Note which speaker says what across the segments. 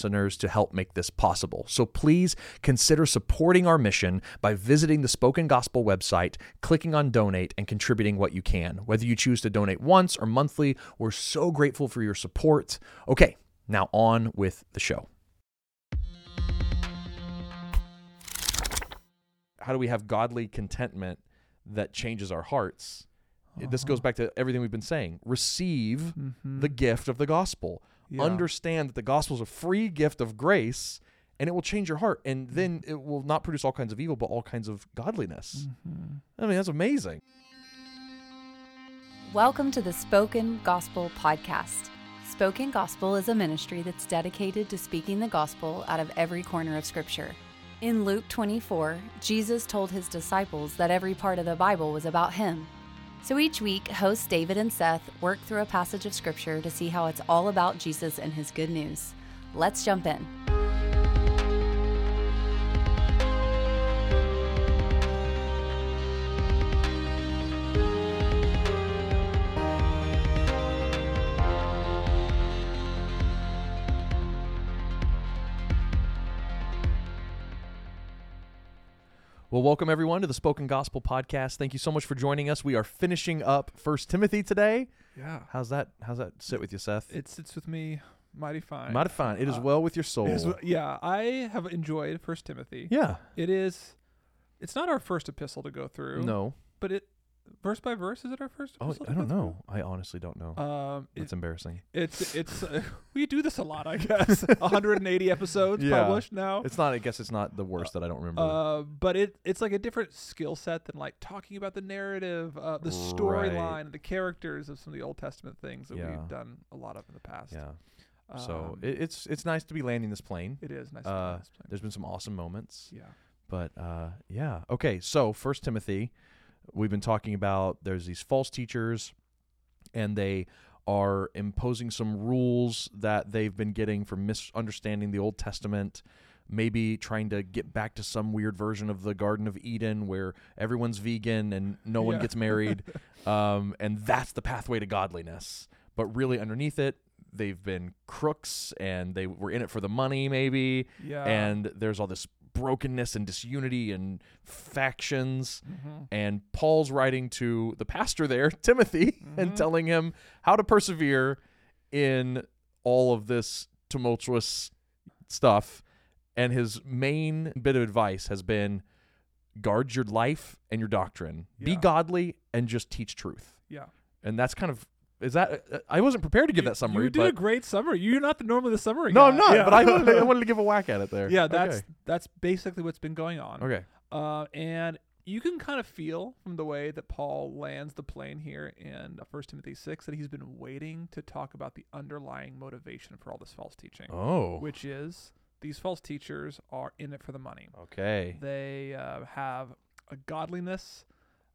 Speaker 1: to help make this possible. So please consider supporting our mission by visiting the Spoken Gospel website, clicking on donate, and contributing what you can. Whether you choose to donate once or monthly, we're so grateful for your support. Okay, now on with the show. How do we have godly contentment that changes our hearts? This
Speaker 2: Uh-huh.
Speaker 1: goes back to everything we've been saying. Receive the gift of the gospel.
Speaker 2: Mm-hmm. Yeah.
Speaker 1: Understand that the gospel is a free gift of grace and it will change your heart. And then
Speaker 2: Mm-hmm.
Speaker 1: it will not produce all kinds of evil, but all kinds of godliness.
Speaker 2: Mm-hmm.
Speaker 1: I mean, that's amazing.
Speaker 3: Welcome to the Spoken Gospel Podcast. Spoken Gospel is a ministry that's dedicated to speaking the gospel out of every corner of Scripture. In Luke 24, Jesus told his disciples that every part of the Bible was about him. So each week, hosts David and Seth work through a passage of Scripture to see how it's all about Jesus and his good news. Let's jump in.
Speaker 1: Well, welcome everyone to the Spoken Gospel Podcast. Thank you so much for joining us. We are finishing up First Timothy today.
Speaker 2: Yeah.
Speaker 1: How's that? How's that sit with you, Seth?
Speaker 2: It sits with me mighty fine.
Speaker 1: Mighty fine. It is
Speaker 2: Uh,
Speaker 1: well with your soul.
Speaker 2: It is- yeah, I have enjoyed First Timothy.
Speaker 1: yeah.
Speaker 2: It is. It's not our first epistle to go through.
Speaker 1: No.
Speaker 2: But it, verse by verse, is it our first?
Speaker 1: Oh,
Speaker 2: epistle
Speaker 1: I
Speaker 2: to
Speaker 1: don't
Speaker 2: go
Speaker 1: know. I honestly don't know.
Speaker 2: through? Um, it-
Speaker 1: That's embarrassing.
Speaker 2: it's it's uh, we do this a lot, I guess. 180 episodes
Speaker 1: Yeah.
Speaker 2: published now.
Speaker 1: It's not. I guess it's not the worst that I don't remember.
Speaker 2: Oh. Uh, but it it's like a different skill set than like talking about the narrative, uh, the storyline, the characters of some of the Old Testament things that
Speaker 1: Yeah.
Speaker 2: we've done a lot of in the past.
Speaker 1: yeah. So
Speaker 2: Um,
Speaker 1: it, it's it's nice to be landing this plane.
Speaker 2: it is nice.
Speaker 1: uh,
Speaker 2: to have this plan.
Speaker 1: There's been some awesome moments,
Speaker 2: yeah.
Speaker 1: but uh, yeah. Okay, so First Timothy, we've been talking about. There's these false teachers, and they are imposing some rules that they've been getting from misunderstanding the Old Testament. Maybe trying to get back to some weird version of the Garden of Eden where everyone's vegan and no one
Speaker 2: Yeah.
Speaker 1: gets married. um, and that's the pathway to godliness. But really, underneath it, they've been crooks and they were in it for the money, maybe.
Speaker 2: Yeah.
Speaker 1: and there's all this brokenness and disunity and factions.
Speaker 2: Mhm.
Speaker 1: And Paul's writing to the pastor there, Timothy, and
Speaker 2: Mhm.
Speaker 1: telling him how to persevere in all of this tumultuous stuff. And his main bit of advice has been guard your life and your doctrine, be
Speaker 2: Yeah.
Speaker 1: godly, and just teach truth.
Speaker 2: yeah.
Speaker 1: And that's kind of. Is that uh, I wasn't prepared to give that summary,
Speaker 2: You did
Speaker 1: but
Speaker 2: a great summary. You're not the, normally the summary.
Speaker 1: no,
Speaker 2: guy.
Speaker 1: I'm not.
Speaker 2: Yeah.
Speaker 1: But I wanted, I wanted to give a whack at it there.
Speaker 2: yeah, that's
Speaker 1: Okay.
Speaker 2: that's basically what's been going on.
Speaker 1: okay.
Speaker 2: Uh, and you can kind of feel from the way that Paul lands the plane here in uh, First Timothy six that he's been waiting to talk about the underlying motivation for all this false teaching,
Speaker 1: Oh.
Speaker 2: which is these false teachers are in it for the money.
Speaker 1: okay.
Speaker 2: They uh, have a godliness.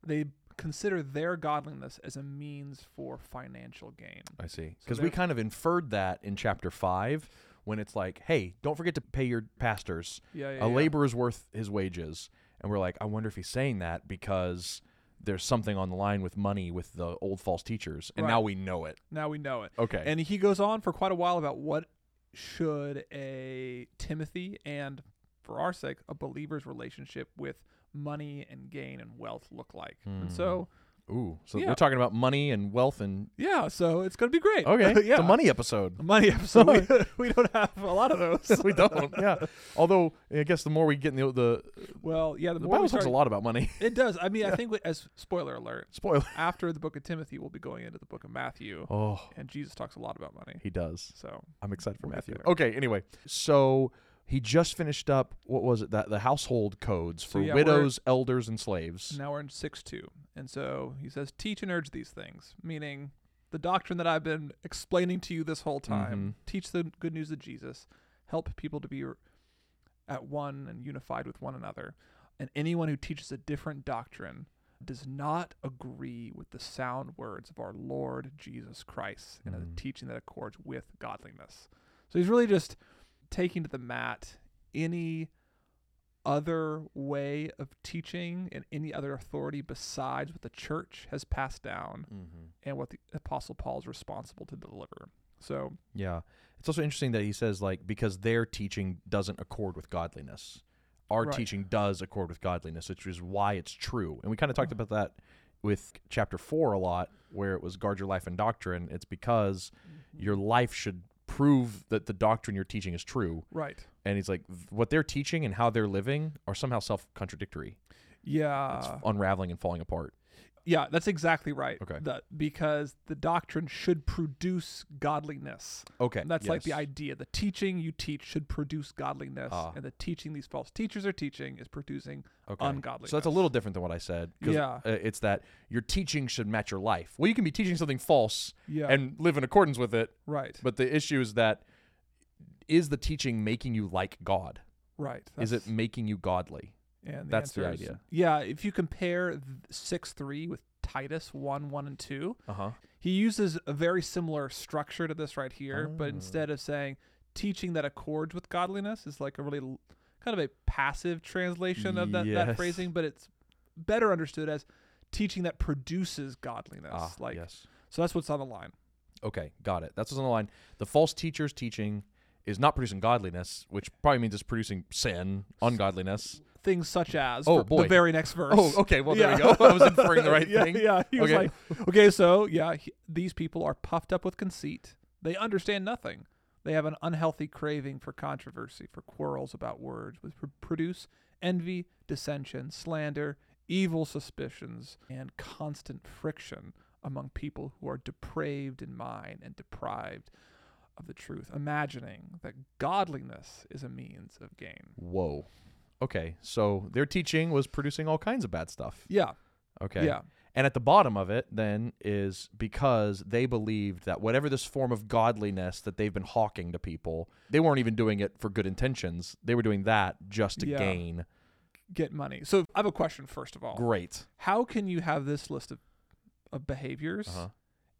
Speaker 2: They consider their godliness as a means for financial gain.
Speaker 1: I see.
Speaker 2: So
Speaker 1: Because we
Speaker 2: they're-
Speaker 1: kind of inferred that in chapter five when it's like, hey, don't forget to pay your pastors.
Speaker 2: Yeah, yeah.
Speaker 1: A
Speaker 2: yeah.
Speaker 1: laborer's worth his wages. And we're like, I wonder if he's saying that because there's something on the line with money with the old false teachers. And
Speaker 2: Right.
Speaker 1: now we know it.
Speaker 2: Now we know it.
Speaker 1: Okay.
Speaker 2: And he goes on for quite a while about what should a Timothy and, for our sake, a believer's relationship with money and gain and wealth look like.
Speaker 1: Hmm.
Speaker 2: And so,
Speaker 1: Ooh. So
Speaker 2: Yeah.
Speaker 1: we're talking about money and wealth and.
Speaker 2: yeah, so it's going to be great.
Speaker 1: Hmm. Okay.
Speaker 2: yeah.
Speaker 1: It's a money episode.
Speaker 2: A money episode. we, we don't have a lot of those.
Speaker 1: we don't. Yeah. Although, I guess the more we get in the. The,
Speaker 2: well, yeah, the,
Speaker 1: the
Speaker 2: more
Speaker 1: Bible
Speaker 2: we
Speaker 1: talks
Speaker 2: start,
Speaker 1: a lot about money.
Speaker 2: It does. I mean, I think, we, as spoiler alert,
Speaker 1: Spoiler.
Speaker 2: after the book of Timothy, we'll be going into the book of Matthew,
Speaker 1: Oh,
Speaker 2: and Jesus talks a lot about money.
Speaker 1: he does.
Speaker 2: So,
Speaker 1: I'm excited for
Speaker 2: We'll get
Speaker 1: Matthew.
Speaker 2: there.
Speaker 1: Okay, anyway. So he just finished up what was it? That the household codes
Speaker 2: So
Speaker 1: for
Speaker 2: yeah, we're-
Speaker 1: widows, elders, and slaves.
Speaker 2: Now we're in 6 2. And so he says, teach and urge these things, meaning the doctrine that I've been explaining to you this whole time. Teach the good news of Jesus. help people to be at one and unified with one another. And anyone who teaches a different doctrine does not agree with the sound words of our Lord Jesus Christ and a teaching that accords with godliness. So he's really just taking to the mat any other way of teaching and any other authority besides what the church has passed down and what the apostle Paul is responsible to deliver. So
Speaker 1: Yeah. It's also interesting that he says like because their teaching doesn't accord with godliness. Our
Speaker 2: Right.
Speaker 1: teaching does accord with godliness, which is why it's true. And we kind of
Speaker 2: Mm-hmm.
Speaker 1: talked about that with chapter 4 a lot where it was guard your life and doctrine. It's because
Speaker 2: Mm-hmm.
Speaker 1: your life should prove that the doctrine you're teaching is true.
Speaker 2: right.
Speaker 1: And he's like what they're teaching and how they're living are somehow self-contradictory.
Speaker 2: Yeah.
Speaker 1: It's unraveling and falling apart.
Speaker 2: Yeah, that's exactly right.
Speaker 1: Okay.
Speaker 2: That because the doctrine should produce godliness.
Speaker 1: Okay.
Speaker 2: And that's like the
Speaker 1: Eh, yes.
Speaker 2: idea. The teaching you teach should produce godliness,
Speaker 1: Ah.
Speaker 2: and the teaching these false teachers are teaching is producing
Speaker 1: Okay.
Speaker 2: ungodliness.
Speaker 1: So that's a little different than what I said. 'cause,
Speaker 2: Yeah.
Speaker 1: uh, It's that your teaching should match your life. Well, you can be teaching something false
Speaker 2: Yeah.
Speaker 1: and live in accordance with it,
Speaker 2: right,
Speaker 1: but the issue is that is the teaching making you like God?
Speaker 2: right.
Speaker 1: Is it
Speaker 2: that's-
Speaker 1: making you godly?
Speaker 2: And
Speaker 1: that's the
Speaker 2: answer is-
Speaker 1: idea.
Speaker 2: Yeah, if you compare six three with Titus one one and two,
Speaker 1: Uh huh.
Speaker 2: he uses a very similar structure to this right here, but
Speaker 1: Oh.
Speaker 2: instead of saying teaching that accords with godliness is like a really l- kind of a passive translation of that, that
Speaker 1: Yes.
Speaker 2: phrasing, but it's better understood as teaching that produces godliness.
Speaker 1: Ah,
Speaker 2: like
Speaker 1: yes.
Speaker 2: so that's what's on the line.
Speaker 1: Okay, got it. That's what's on the line. The false teacher's teaching is not producing godliness, which probably means it's producing sin, ungodliness.
Speaker 2: Things such as
Speaker 1: Oh,
Speaker 2: for
Speaker 1: boy.
Speaker 2: the very next verse.
Speaker 1: Oh, okay. Well, there
Speaker 2: Yeah.
Speaker 1: we go. I was inferring the right
Speaker 2: yeah,
Speaker 1: thing.
Speaker 2: Yeah, he was
Speaker 1: Okay.
Speaker 2: like, okay, so yeah, he- these people are puffed up with conceit. They understand nothing. They have an unhealthy craving for controversy, for quarrels about words, which pr- produce envy, dissension, slander, evil suspicions, and constant friction among people who are depraved in mind and deprived of the truth, imagining that godliness is a means of gain.
Speaker 1: Whoa. Okay, so their teaching was producing all kinds of bad stuff.
Speaker 2: Yeah,
Speaker 1: Okay.
Speaker 2: yeah,
Speaker 1: And at the bottom of it, then, is because they believed that whatever this form of godliness that they've been hawking to people, they weren't even doing it for good intentions. They were doing that just to
Speaker 2: Yeah.
Speaker 1: gain.
Speaker 2: get money. So I have a question first of all.
Speaker 1: Great.
Speaker 2: how can you have this list of, of behaviors
Speaker 1: Uh-huh.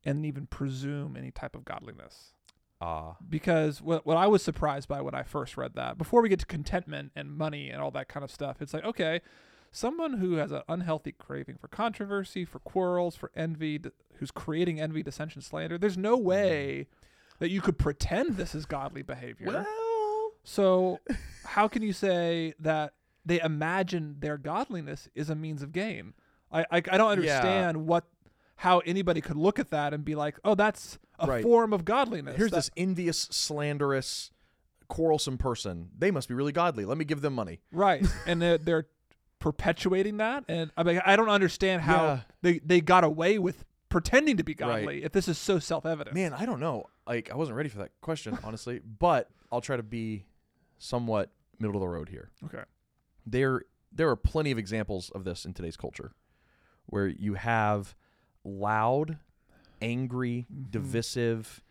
Speaker 2: and even presume any type of godliness?
Speaker 1: Uh,
Speaker 2: Because what, what I was surprised by when I first read that, before we get to contentment and money and all that kind of stuff, it's like, okay, someone who has an unhealthy craving for controversy, for quarrels, for envy, d- who's creating envy, dissension, slander, there's no way that you could pretend this is godly behavior.
Speaker 1: well,
Speaker 2: So, how can you say that they imagine their godliness is a means of gain? I I, I don't understand what how anybody could look at that and be like, oh, that's a
Speaker 1: Right.
Speaker 2: form of godliness.
Speaker 1: here's
Speaker 2: That-
Speaker 1: this envious, slanderous, quarrelsome person. They must be really godly. Let me give them money.
Speaker 2: right, and they're, they're perpetuating that, and I mean, I don't understand how
Speaker 1: Yeah.
Speaker 2: they they got away with pretending to be
Speaker 1: Right.
Speaker 2: godly if this is so self evident.
Speaker 1: Man, I don't know. Like, I wasn't ready for that question, honestly, but I'll try to be somewhat middle of the road here.
Speaker 2: Okay.
Speaker 1: there there are plenty of examples of this in today's culture where you have loud angry divisive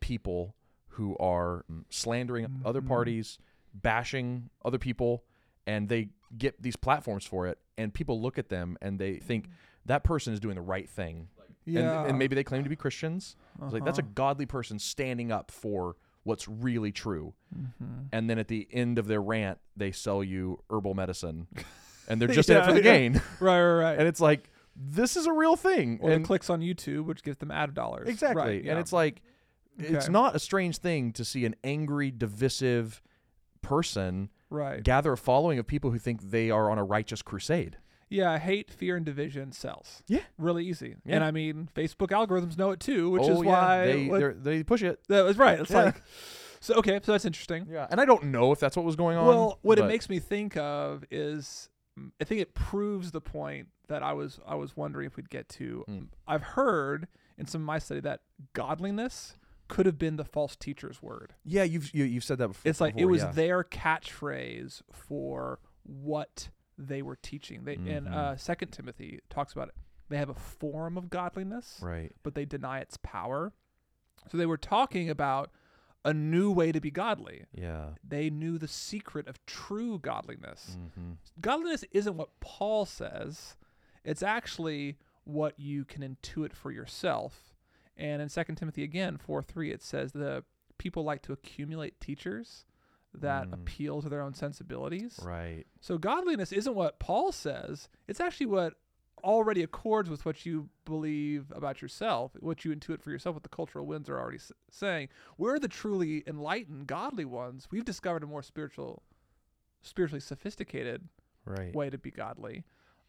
Speaker 1: people who are mm, slandering other parties bashing other people and they get these platforms for it and people look at them and they think that person is doing the right thing And-
Speaker 2: Yeah. Uh-huh.
Speaker 1: and, maybe they claim to be christians It's like that's a godly person standing up for what's really true
Speaker 2: Mm-hmm.
Speaker 1: and then at the end of their rant they sell you herbal medicine and they're just in it
Speaker 2: Yeah,
Speaker 1: for the
Speaker 2: yeah.
Speaker 1: gain
Speaker 2: Right, right, right.
Speaker 1: and it's like this is a real thing
Speaker 2: Or
Speaker 1: and
Speaker 2: the clicks on YouTube, which gives them ad dollars.
Speaker 1: exactly
Speaker 2: Right, yeah.
Speaker 1: and it's like it's
Speaker 2: Okay.
Speaker 1: not a strange thing to see an angry divisive person
Speaker 2: right.
Speaker 1: gather a following of people who think they are on a righteous crusade
Speaker 2: Yeah, hate, fear, and division sells.
Speaker 1: Yeah.
Speaker 2: really easy.
Speaker 1: Yeah.
Speaker 2: And I mean, Facebook algorithms know it too, which is
Speaker 1: Oh, yeah,
Speaker 2: why
Speaker 1: they,
Speaker 2: what-
Speaker 1: they're- they push it
Speaker 2: that was right. It's
Speaker 1: Yeah.
Speaker 2: like so. Okay, so that's interesting.
Speaker 1: yeah and i don't know if that's what was going on
Speaker 2: Well, what it
Speaker 1: but-
Speaker 2: makes me think of is, mm, I think it proves the point that I was I was wondering if we'd get to.
Speaker 1: Mm.
Speaker 2: I've heard in some of my study that godliness could have been the false teacher's word.
Speaker 1: yeah you've you, you've said that before
Speaker 2: It's like it
Speaker 1: before,
Speaker 2: was
Speaker 1: yeah.
Speaker 2: their catchphrase for what they were teaching. They and
Speaker 1: Mhm.
Speaker 2: uh, Second Timothy talks about it. They have a form of godliness,
Speaker 1: right
Speaker 2: but they deny its power. So they were talking about a new way to be godly.
Speaker 1: Yeah.
Speaker 2: They knew the secret of true godliness.
Speaker 1: Mm-hmm.
Speaker 2: Godliness isn't what Paul says, it's actually what you can intuit for yourself. And in 2 Timothy again, 4 3, it says the people like to accumulate teachers that
Speaker 1: Mm.
Speaker 2: appeal to their own sensibilities.
Speaker 1: Right.
Speaker 2: So godliness isn't what Paul says, it's actually what already accords with what you believe about yourself, what you intuit for yourself, what the cultural winds are already s- saying. We're the truly enlightened, godly ones. We've discovered a more spiritual, spiritually sophisticated
Speaker 1: Right.
Speaker 2: way to be godly.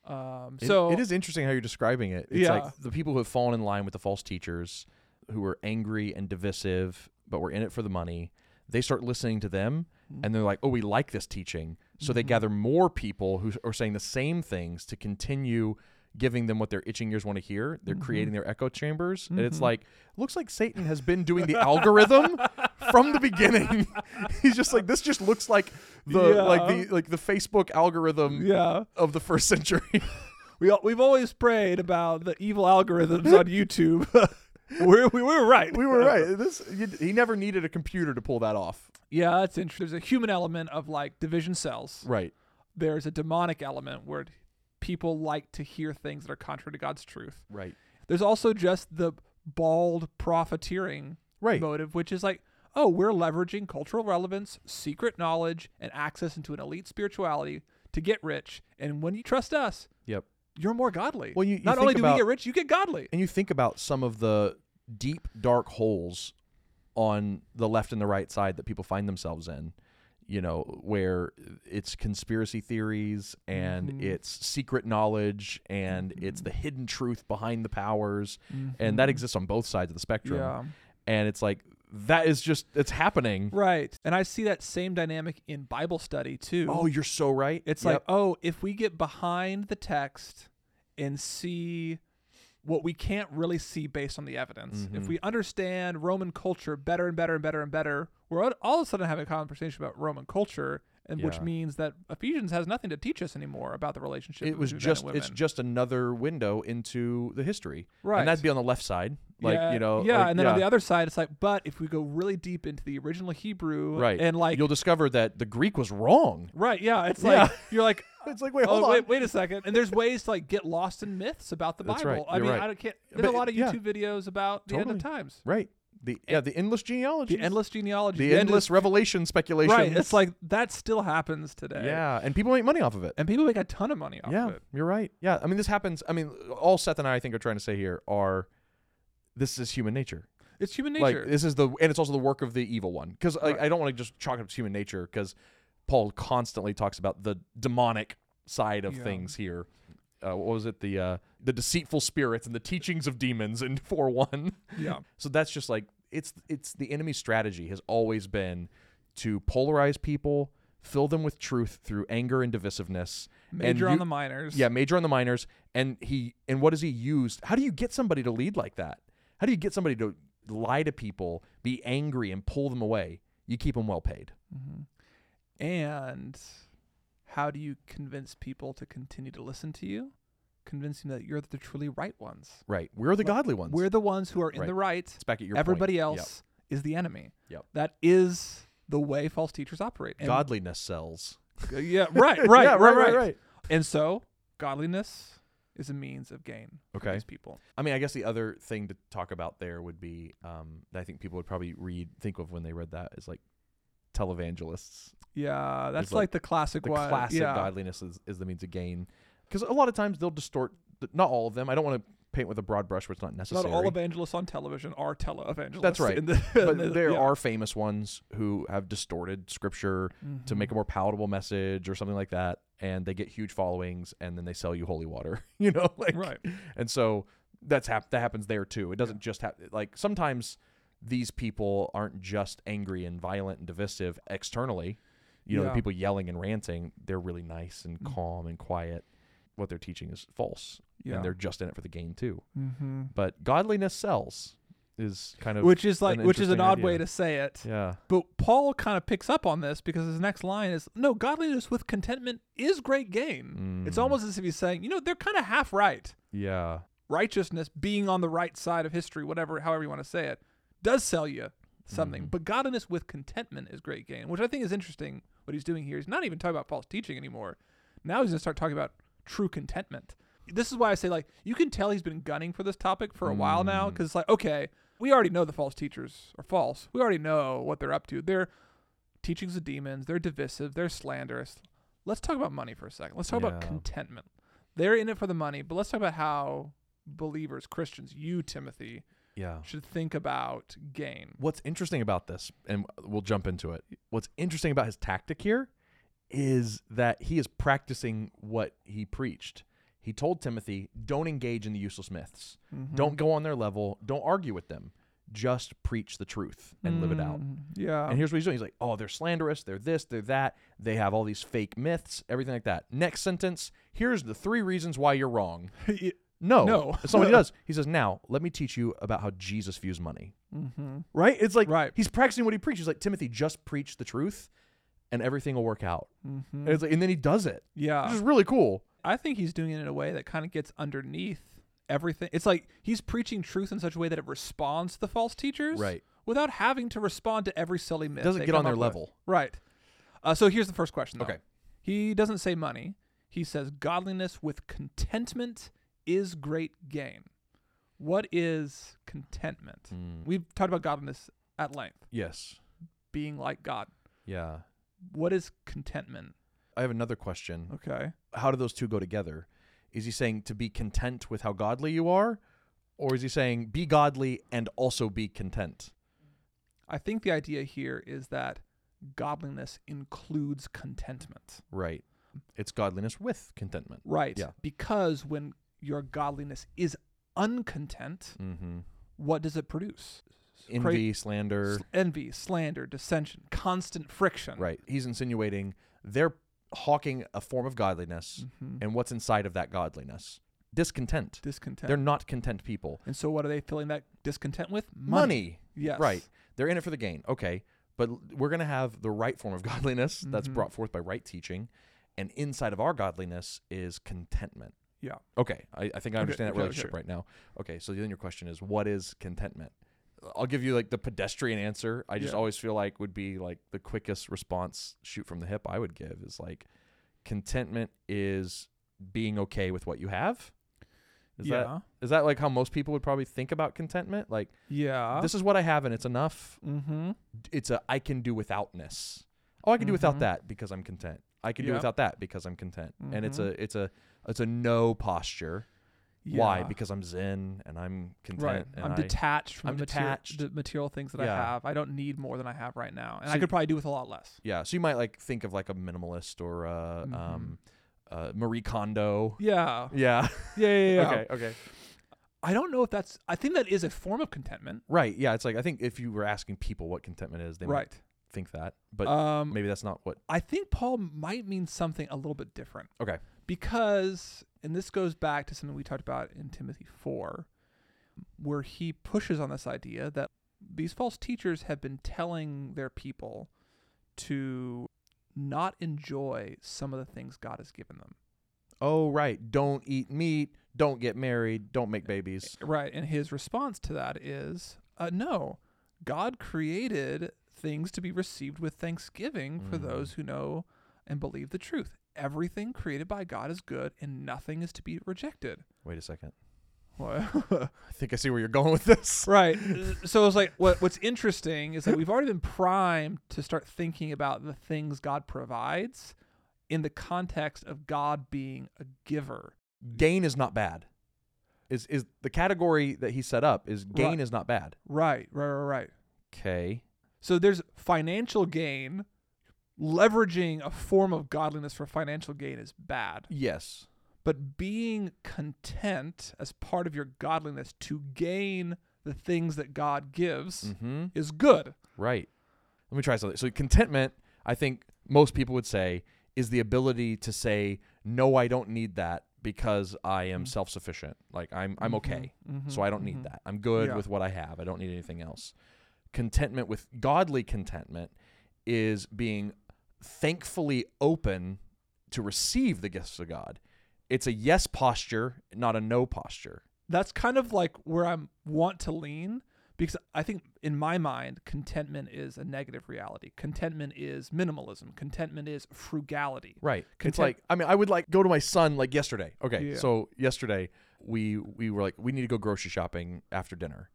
Speaker 2: Um,
Speaker 1: It-
Speaker 2: so
Speaker 1: it is interesting how you're describing it. It's
Speaker 2: Yeah.
Speaker 1: like the people who have fallen in line with the false teachers, who were angry and divisive, but were in it for the money. They start listening to them, and they're like, "Oh, we like this teaching." So they gather more people who are saying the same things to continue giving them what their itching ears want to hear. They're creating their echo chambers, and it's like, looks like Satan has been doing the algorithm from the beginning. He's just like, this just looks like the like
Speaker 2: Yeah.
Speaker 1: the like the Facebook algorithm
Speaker 2: yeah.
Speaker 1: of the first century.
Speaker 2: We al- we've always prayed about the evil algorithms on YouTube. we're, we were right.
Speaker 1: we were right. This you, he never needed a computer to pull that off.
Speaker 2: Yeah, it's interesting. There's a human element of like division cells.
Speaker 1: Right.
Speaker 2: there's a demonic element where people like to hear things that are contrary to God's truth.
Speaker 1: Right.
Speaker 2: There's also just the bald profiteering
Speaker 1: Right.
Speaker 2: motive, which is like, oh, we're leveraging cultural relevance, secret knowledge, and access into an elite spirituality to get rich. And when you trust us,
Speaker 1: Yep.
Speaker 2: you're more godly.
Speaker 1: Well, you- you
Speaker 2: not
Speaker 1: think
Speaker 2: only do
Speaker 1: about-
Speaker 2: we get rich, you get godly.
Speaker 1: And you think about some of the deep dark holes on the left and the right side that people find themselves in. You know, where it's conspiracy theories and
Speaker 2: Mhm.
Speaker 1: it's secret knowledge and it's
Speaker 2: Mm-hmm.
Speaker 1: the hidden truth behind the powers. And that exists on both sides of the spectrum.
Speaker 2: Yeah.
Speaker 1: And it's like, that is just, it's happening.
Speaker 2: Right. And I see that same dynamic in Bible study too.
Speaker 1: Oh, you're so right.
Speaker 2: It's like,
Speaker 1: Yep.
Speaker 2: oh, if we get behind the text and see what we can't really see based on the evidence, if
Speaker 1: Mhm.
Speaker 2: we understand Roman culture better and better and better and better, we're all- all of a sudden having a conversation about Roman culture, and which
Speaker 1: Yeah.
Speaker 2: means that Ephesians has nothing to teach us anymore about the relationship.
Speaker 1: it was
Speaker 2: between men
Speaker 1: just
Speaker 2: and
Speaker 1: it's
Speaker 2: women.
Speaker 1: just another window into the history
Speaker 2: Right.
Speaker 1: and that'd be on the left side like
Speaker 2: yeah,
Speaker 1: you know
Speaker 2: yeah.
Speaker 1: like,
Speaker 2: and then on the other side, it's like, but if we go really deep into the original Hebrew,
Speaker 1: right
Speaker 2: and like,
Speaker 1: you'll discover that the greek was wrong
Speaker 2: right, yeah, it's
Speaker 1: Yeah.
Speaker 2: like you're like,
Speaker 1: it's like wait
Speaker 2: oh, wait, wait a second. And there's ways to like get lost in myths about the
Speaker 1: That's right.
Speaker 2: Bible. I
Speaker 1: You're
Speaker 2: mean,
Speaker 1: right.
Speaker 2: I don't, can't. There's a
Speaker 1: But-
Speaker 2: lot of
Speaker 1: yeah.
Speaker 2: YouTube videos about the end of
Speaker 1: Totally.
Speaker 2: times,
Speaker 1: right the yeah the endless genealogy
Speaker 2: the endless genealogy,
Speaker 1: the endless revelation speculation
Speaker 2: right? It's like that still happens today.
Speaker 1: yeah and people make money off of it
Speaker 2: and people make a ton of money off
Speaker 1: yeah
Speaker 2: of it.
Speaker 1: you're right yeah i mean this happens i mean all seth and i i think are trying to say here are this is human nature
Speaker 2: It's human
Speaker 1: like
Speaker 2: nature.
Speaker 1: this is the and it's also the work of the evil one because
Speaker 2: Right.
Speaker 1: I, don't want to just chalk it up to human nature because paul constantly talks about the demonic side of
Speaker 2: Yeah.
Speaker 1: things here uh, what was it the uh, the deceitful spirits and the teachings of demons in 4-1
Speaker 2: yeah,
Speaker 1: so that's just like it's it's the enemy's strategy has always been to polarize people fill them with truth through anger and divisiveness and
Speaker 2: major
Speaker 1: you-
Speaker 2: on the minors.
Speaker 1: yeah, major on the minors, and he and what does he use? How do you get somebody to lead like that? How do you get somebody to lie to people, be angry, and pull them away? You keep them well paid.
Speaker 2: and how do you convince people to continue to listen to you? Convince them that you're the truly right ones.
Speaker 1: Right. We're the
Speaker 2: Like,
Speaker 1: godly ones.
Speaker 2: We're the ones who are in
Speaker 1: Right.
Speaker 2: the right.
Speaker 1: it's back at your point.
Speaker 2: Everybody
Speaker 1: Yeah.
Speaker 2: else is the enemy.
Speaker 1: Yep.
Speaker 2: That is the way false teachers operate. And
Speaker 1: Godliness sells.
Speaker 2: Uh, Yeah, right, right,
Speaker 1: Yeah,
Speaker 2: right, right, right, And so, godliness is a means of gain for
Speaker 1: Okay.
Speaker 2: these people.
Speaker 1: I mean, I guess the other thing to talk about there would be um, that I think people would probably read think of when they read that is like televangelists.
Speaker 2: Yeah, that's
Speaker 1: It's
Speaker 2: like,
Speaker 1: like
Speaker 2: the classic
Speaker 1: the
Speaker 2: one.
Speaker 1: classic
Speaker 2: yeah.
Speaker 1: godliness is, is the means of gain because a lot of times they'll distort th- not all of them i don't want to paint with a broad brush where it's not
Speaker 2: Not
Speaker 1: necessary
Speaker 2: all evangelists on television are televangelists.
Speaker 1: That's right.
Speaker 2: in the- in
Speaker 1: but
Speaker 2: the-
Speaker 1: there
Speaker 2: yeah.
Speaker 1: are famous ones who have distorted scripture
Speaker 2: Mm-hmm.
Speaker 1: to make a more palatable message or something like that and they get huge followings and then they sell you holy water you know like
Speaker 2: Right.
Speaker 1: and so that's hap- that happens there too it doesn't just happen like sometimes these people aren't just angry and violent and divisive externally you know
Speaker 2: Yeah. Mm.
Speaker 1: the people yelling and ranting they're really nice and calm and quiet what they're teaching is false
Speaker 2: Yeah.
Speaker 1: and they're just in it for the gain too
Speaker 2: hmm
Speaker 1: but godliness sells is kind of
Speaker 2: Which is like,
Speaker 1: an
Speaker 2: which is an
Speaker 1: interesting
Speaker 2: odd
Speaker 1: idea.
Speaker 2: way to say it.
Speaker 1: yeah
Speaker 2: But Paul kind of picks up on this because his next line is, "No, godliness with contentment is great gain." It's
Speaker 1: Mm.
Speaker 2: almost as if he's saying, you know, they're kind of half right.
Speaker 1: yeah
Speaker 2: Righteousness, being on the right side of history, whatever, however you want to say it, does sell you. something. But godliness with contentment is great gain, which I think is interesting. What he's doing here, he's not even talking about false teaching anymore. Now he's gonna start talking about true contentment. This is why I say like you can tell he's been gunning for this topic for a while now because it's like okay, we already know the false teachers are false. We already know what they're up to. They're teachings of demons. They're divisive. They're slanderous. Let's talk about money for a second. Let's talk about
Speaker 1: Yeah.
Speaker 2: contentment. They're in it for the money, but let's talk about how believers, Christians, you, Timothy,
Speaker 1: Yeah.
Speaker 2: should think about gain.
Speaker 1: What's interesting about this, and we'll jump into it. What's interesting about his tactic here is that he is practicing what he preached. He told Timothy, don't engage in the useless myths. Don't go on their level. Don't argue with them. Just preach the truth and live it out.
Speaker 2: Mm, Yeah.
Speaker 1: And here's what he's doing. He's like, oh, they're slanderous. They're this, they're that. They have all these fake myths, everything like that. Next sentence here's the three reasons why you're wrong.
Speaker 2: Y-
Speaker 1: No.
Speaker 2: No.
Speaker 1: Somebody does. He says, now let me teach you about how Jesus views money.
Speaker 2: mhm.
Speaker 1: Right? It's like
Speaker 2: Right.
Speaker 1: he's practicing what he preaches. He's like, Timothy, just preach the truth and everything will work out. And, it's like, and then he does it, which
Speaker 2: Mm-hmm. Yeah.
Speaker 1: is really cool.
Speaker 2: I think he's doing it in a way that kind of gets underneath everything. It's like he's preaching truth in such a way that it responds to the false teachers.
Speaker 1: Right.
Speaker 2: Without having to respond to every silly myth.
Speaker 1: It doesn't
Speaker 2: they
Speaker 1: get on
Speaker 2: come
Speaker 1: their
Speaker 2: up with.
Speaker 1: level.
Speaker 2: Right. Uh, so here's the first question. Though.
Speaker 1: Okay.
Speaker 2: He doesn't say money. He says godliness with contentment is great gain. What is contentment?
Speaker 1: Hmm.
Speaker 2: We've talked about godliness at length,
Speaker 1: Yes.
Speaker 2: being like God.
Speaker 1: Yeah.
Speaker 2: What is contentment?
Speaker 1: I have another question.
Speaker 2: Okay.
Speaker 1: How do those two go together? Is he saying to be content with how godly you are? Or is he saying be godly and also be content?
Speaker 2: I think the idea here is that godliness includes contentment.
Speaker 1: Right. It's godliness with contentment.
Speaker 2: Right.
Speaker 1: Yeah.
Speaker 2: Because when your godliness is uncontent,
Speaker 1: Mm-hmm.
Speaker 2: what does it produce?
Speaker 1: Envy, slander.
Speaker 2: Sl- envy, slander, dissension, constant friction.
Speaker 1: Er. Right. He's insinuating they're hawking a form of godliness and what's inside of that godliness? Mm-hmm. Discontent.
Speaker 2: Discontent.
Speaker 1: They're not content people.
Speaker 2: and so what are they filling that discontent with?
Speaker 1: Money.
Speaker 2: Yes.
Speaker 1: Right. They're in it for the gain. Okay. But l- we're going to have the right form of godliness that's
Speaker 2: Mhm.
Speaker 1: brought forth by right teaching. And inside of our godliness is contentment.
Speaker 2: Yeah.
Speaker 1: Okay. I, I think I understand
Speaker 2: okay,
Speaker 1: that
Speaker 2: okay.
Speaker 1: relationship right now. Okay. So then your question is what is contentment? I'll give you like the pedestrian answer. I just
Speaker 2: Yeah.
Speaker 1: always feel like would be like the quickest response shoot from the hip I would give is like contentment is being okay with what you have. Is
Speaker 2: yeah.
Speaker 1: that is that like how most people would probably think about contentment? Like
Speaker 2: yeah.
Speaker 1: this is what I have and it's enough.
Speaker 2: mm-hmm.
Speaker 1: It's a I can do withoutness. Oh, I can do without
Speaker 2: Mhm.
Speaker 1: that because I'm content. I can do
Speaker 2: Yeah. Mm-hmm.
Speaker 1: without that because I'm content. And it's a it's a it's a no posture. Why? Because I'm zen and I'm content.
Speaker 2: right.
Speaker 1: And
Speaker 2: I'm
Speaker 1: I-
Speaker 2: detached from
Speaker 1: I'm
Speaker 2: the, materi-
Speaker 1: detached.
Speaker 2: the material things that I
Speaker 1: Yeah.
Speaker 2: have. I don't need more than I have right now, and I
Speaker 1: So-
Speaker 2: could probably do with a lot less.
Speaker 1: yeah. So you might like think of like a minimalist or a,
Speaker 2: Mhm.
Speaker 1: um, uh, Marie Kondo.
Speaker 2: Yeah.
Speaker 1: Yeah.
Speaker 2: Yeah. Yeah. yeah.
Speaker 1: okay. Okay.
Speaker 2: I don't know if that's. I think that is a form of contentment.
Speaker 1: Right. Yeah. It's like I think if you were asking people what contentment is, they might
Speaker 2: right.
Speaker 1: think that, but
Speaker 2: um,
Speaker 1: maybe that's not what.
Speaker 2: I think Paul might mean something a little bit different.
Speaker 1: Okay.
Speaker 2: Because, and this goes back to something we talked about in Timothy 4, where he pushes on this idea that these false teachers have been telling their people to not enjoy some of the things God has given them.
Speaker 1: Oh, right. Don't eat meat. Don't get married. Don't make babies.
Speaker 2: Right. And his response to that is uh, no, God created things to be received with thanksgiving for
Speaker 1: Mm.
Speaker 2: those who know and believe the truth. Everything created by God is good and nothing is to be rejected.
Speaker 1: Wait a second.
Speaker 2: What?
Speaker 1: I think I see where you're going with this.
Speaker 2: right. uh, So it's like what what's interesting is that we've already been primed to start thinking about the things God provides in the context of God being a giver.
Speaker 1: Gain is not bad. Is is the category that he set up is gain
Speaker 2: Right.
Speaker 1: is not bad.
Speaker 2: Right, right, right, right.
Speaker 1: Okay.
Speaker 2: So there's financial gain. Leveraging a form of godliness for financial gain is bad.
Speaker 1: Yes.
Speaker 2: But being content as part of your godliness to gain the things that God gives
Speaker 1: Mm-hmm.
Speaker 2: is good.
Speaker 1: Right. Let me try something. So contentment, I think most people would say, is the ability to say, no, I don't need that because I am
Speaker 2: Mhm.
Speaker 1: self sufficient. Like I'm I'm okay.
Speaker 2: Mhm,
Speaker 1: So I don't
Speaker 2: mhm.
Speaker 1: need that. I'm good
Speaker 2: Yeah.
Speaker 1: with what I have. I don't need anything else. Contentment with godly contentment is being thankfully open to receive the gifts of God. It's a yes posture, not a no posture.
Speaker 2: That's kind of like where I want to lean because I think in my mind, contentment is a negative reality. Contentment is minimalism. Contentment is frugality.
Speaker 1: Right. it's
Speaker 2: Content-
Speaker 1: like I mean I would like go to my son like yesterday. Okay.
Speaker 2: Yeah.
Speaker 1: So yesterday we we were like we need to go grocery shopping after dinner,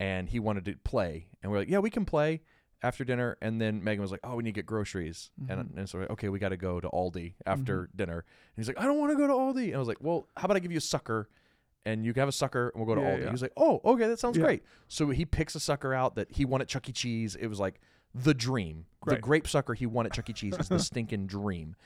Speaker 1: and he wanted to play, and we are like yeah we can play after dinner, and then Megan was like oh we need to get groceries, and
Speaker 2: Mm-hmm.
Speaker 1: and so we're like, okay we got to go to Aldi after dinner, and he's like I don't want to go to Aldi, and I was like well how about I give you a sucker. And you can have a sucker, and we'll go to
Speaker 2: Yeah,
Speaker 1: Aldi.
Speaker 2: yeah.
Speaker 1: He was like, "Oh, okay, that sounds
Speaker 2: Yeah.
Speaker 1: great." So he picks a sucker out that he wanted Chuck E. Cheese. It was like the dream, the
Speaker 2: Right.
Speaker 1: grape sucker he won at Chuck E. Cheese is the stinking dream.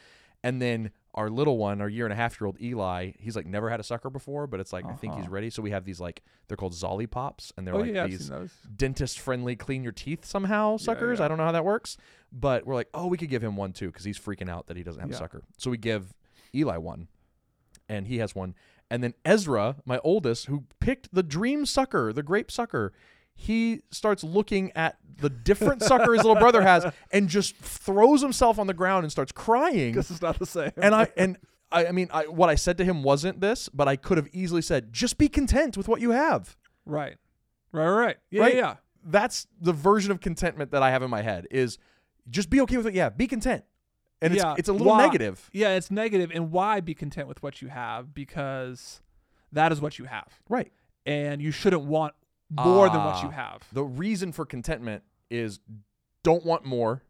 Speaker 1: And then our little one, our year and a half year old Eli, he's like never had a sucker before, but it's like I think he's ready. So we have these like they're called Zolly Pops, and they're
Speaker 2: Uh-huh. Oh
Speaker 1: like
Speaker 2: yeah, I've
Speaker 1: these
Speaker 2: seen those.
Speaker 1: dentist friendly, clean your teeth somehow suckers. I
Speaker 2: yeah.
Speaker 1: don't know how that works, but we're like, oh, we could give him one too because he's freaking out that he doesn't have a
Speaker 2: Yeah.
Speaker 1: sucker. So we give Eli one, and he has one. And then Ezra, my oldest, who picked the dream sucker, the grape sucker, he starts looking at the different sucker his little brother has and just throws himself on the ground and starts crying
Speaker 2: This is not the same.
Speaker 1: and I and I, I mean, I, what I said to him wasn't this, but I could have easily said, "Just be content with what you have."
Speaker 2: right, right, right. Yeah,
Speaker 1: Right?
Speaker 2: yeah, yeah.
Speaker 1: That's the version of contentment that I have in my head: is just be okay with it. Yeah, be content, and
Speaker 2: Yeah,
Speaker 1: it's it's a little
Speaker 2: why-
Speaker 1: negative,
Speaker 2: Yeah, it's negative. And why be content with what you have? Because that is what you have,
Speaker 1: right?
Speaker 2: and you shouldn't want more than what you
Speaker 1: Ah.
Speaker 2: have.
Speaker 1: The reason for contentment is don't want more.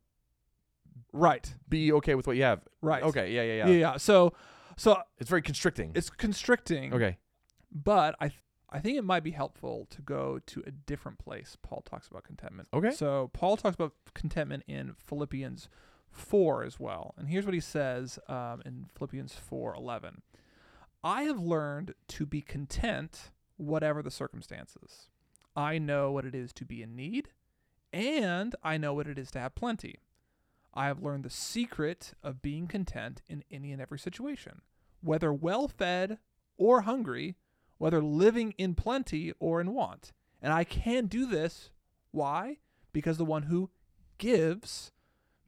Speaker 2: Right,
Speaker 1: Be okay with what you have.
Speaker 2: right.
Speaker 1: Okay. Yeah. Yeah.
Speaker 2: Yeah,
Speaker 1: Yeah.
Speaker 2: yeah. So, so
Speaker 1: It's very constricting.
Speaker 2: it's constricting.
Speaker 1: okay.
Speaker 2: but I th- I think it might be helpful to go to a different place. Paul talks about contentment.
Speaker 1: Okay.
Speaker 2: So Paul talks about contentment in Philippians four as well, and here's what he says um, in Philippians four eleven. I have learned to be content, whatever the circumstances. I know what it is to be in need, and I know what it is to have plenty. I have learned the secret of being content in any and every situation, whether well fed or hungry, whether living in plenty or in want. And I can do this. Why? Because the one who gives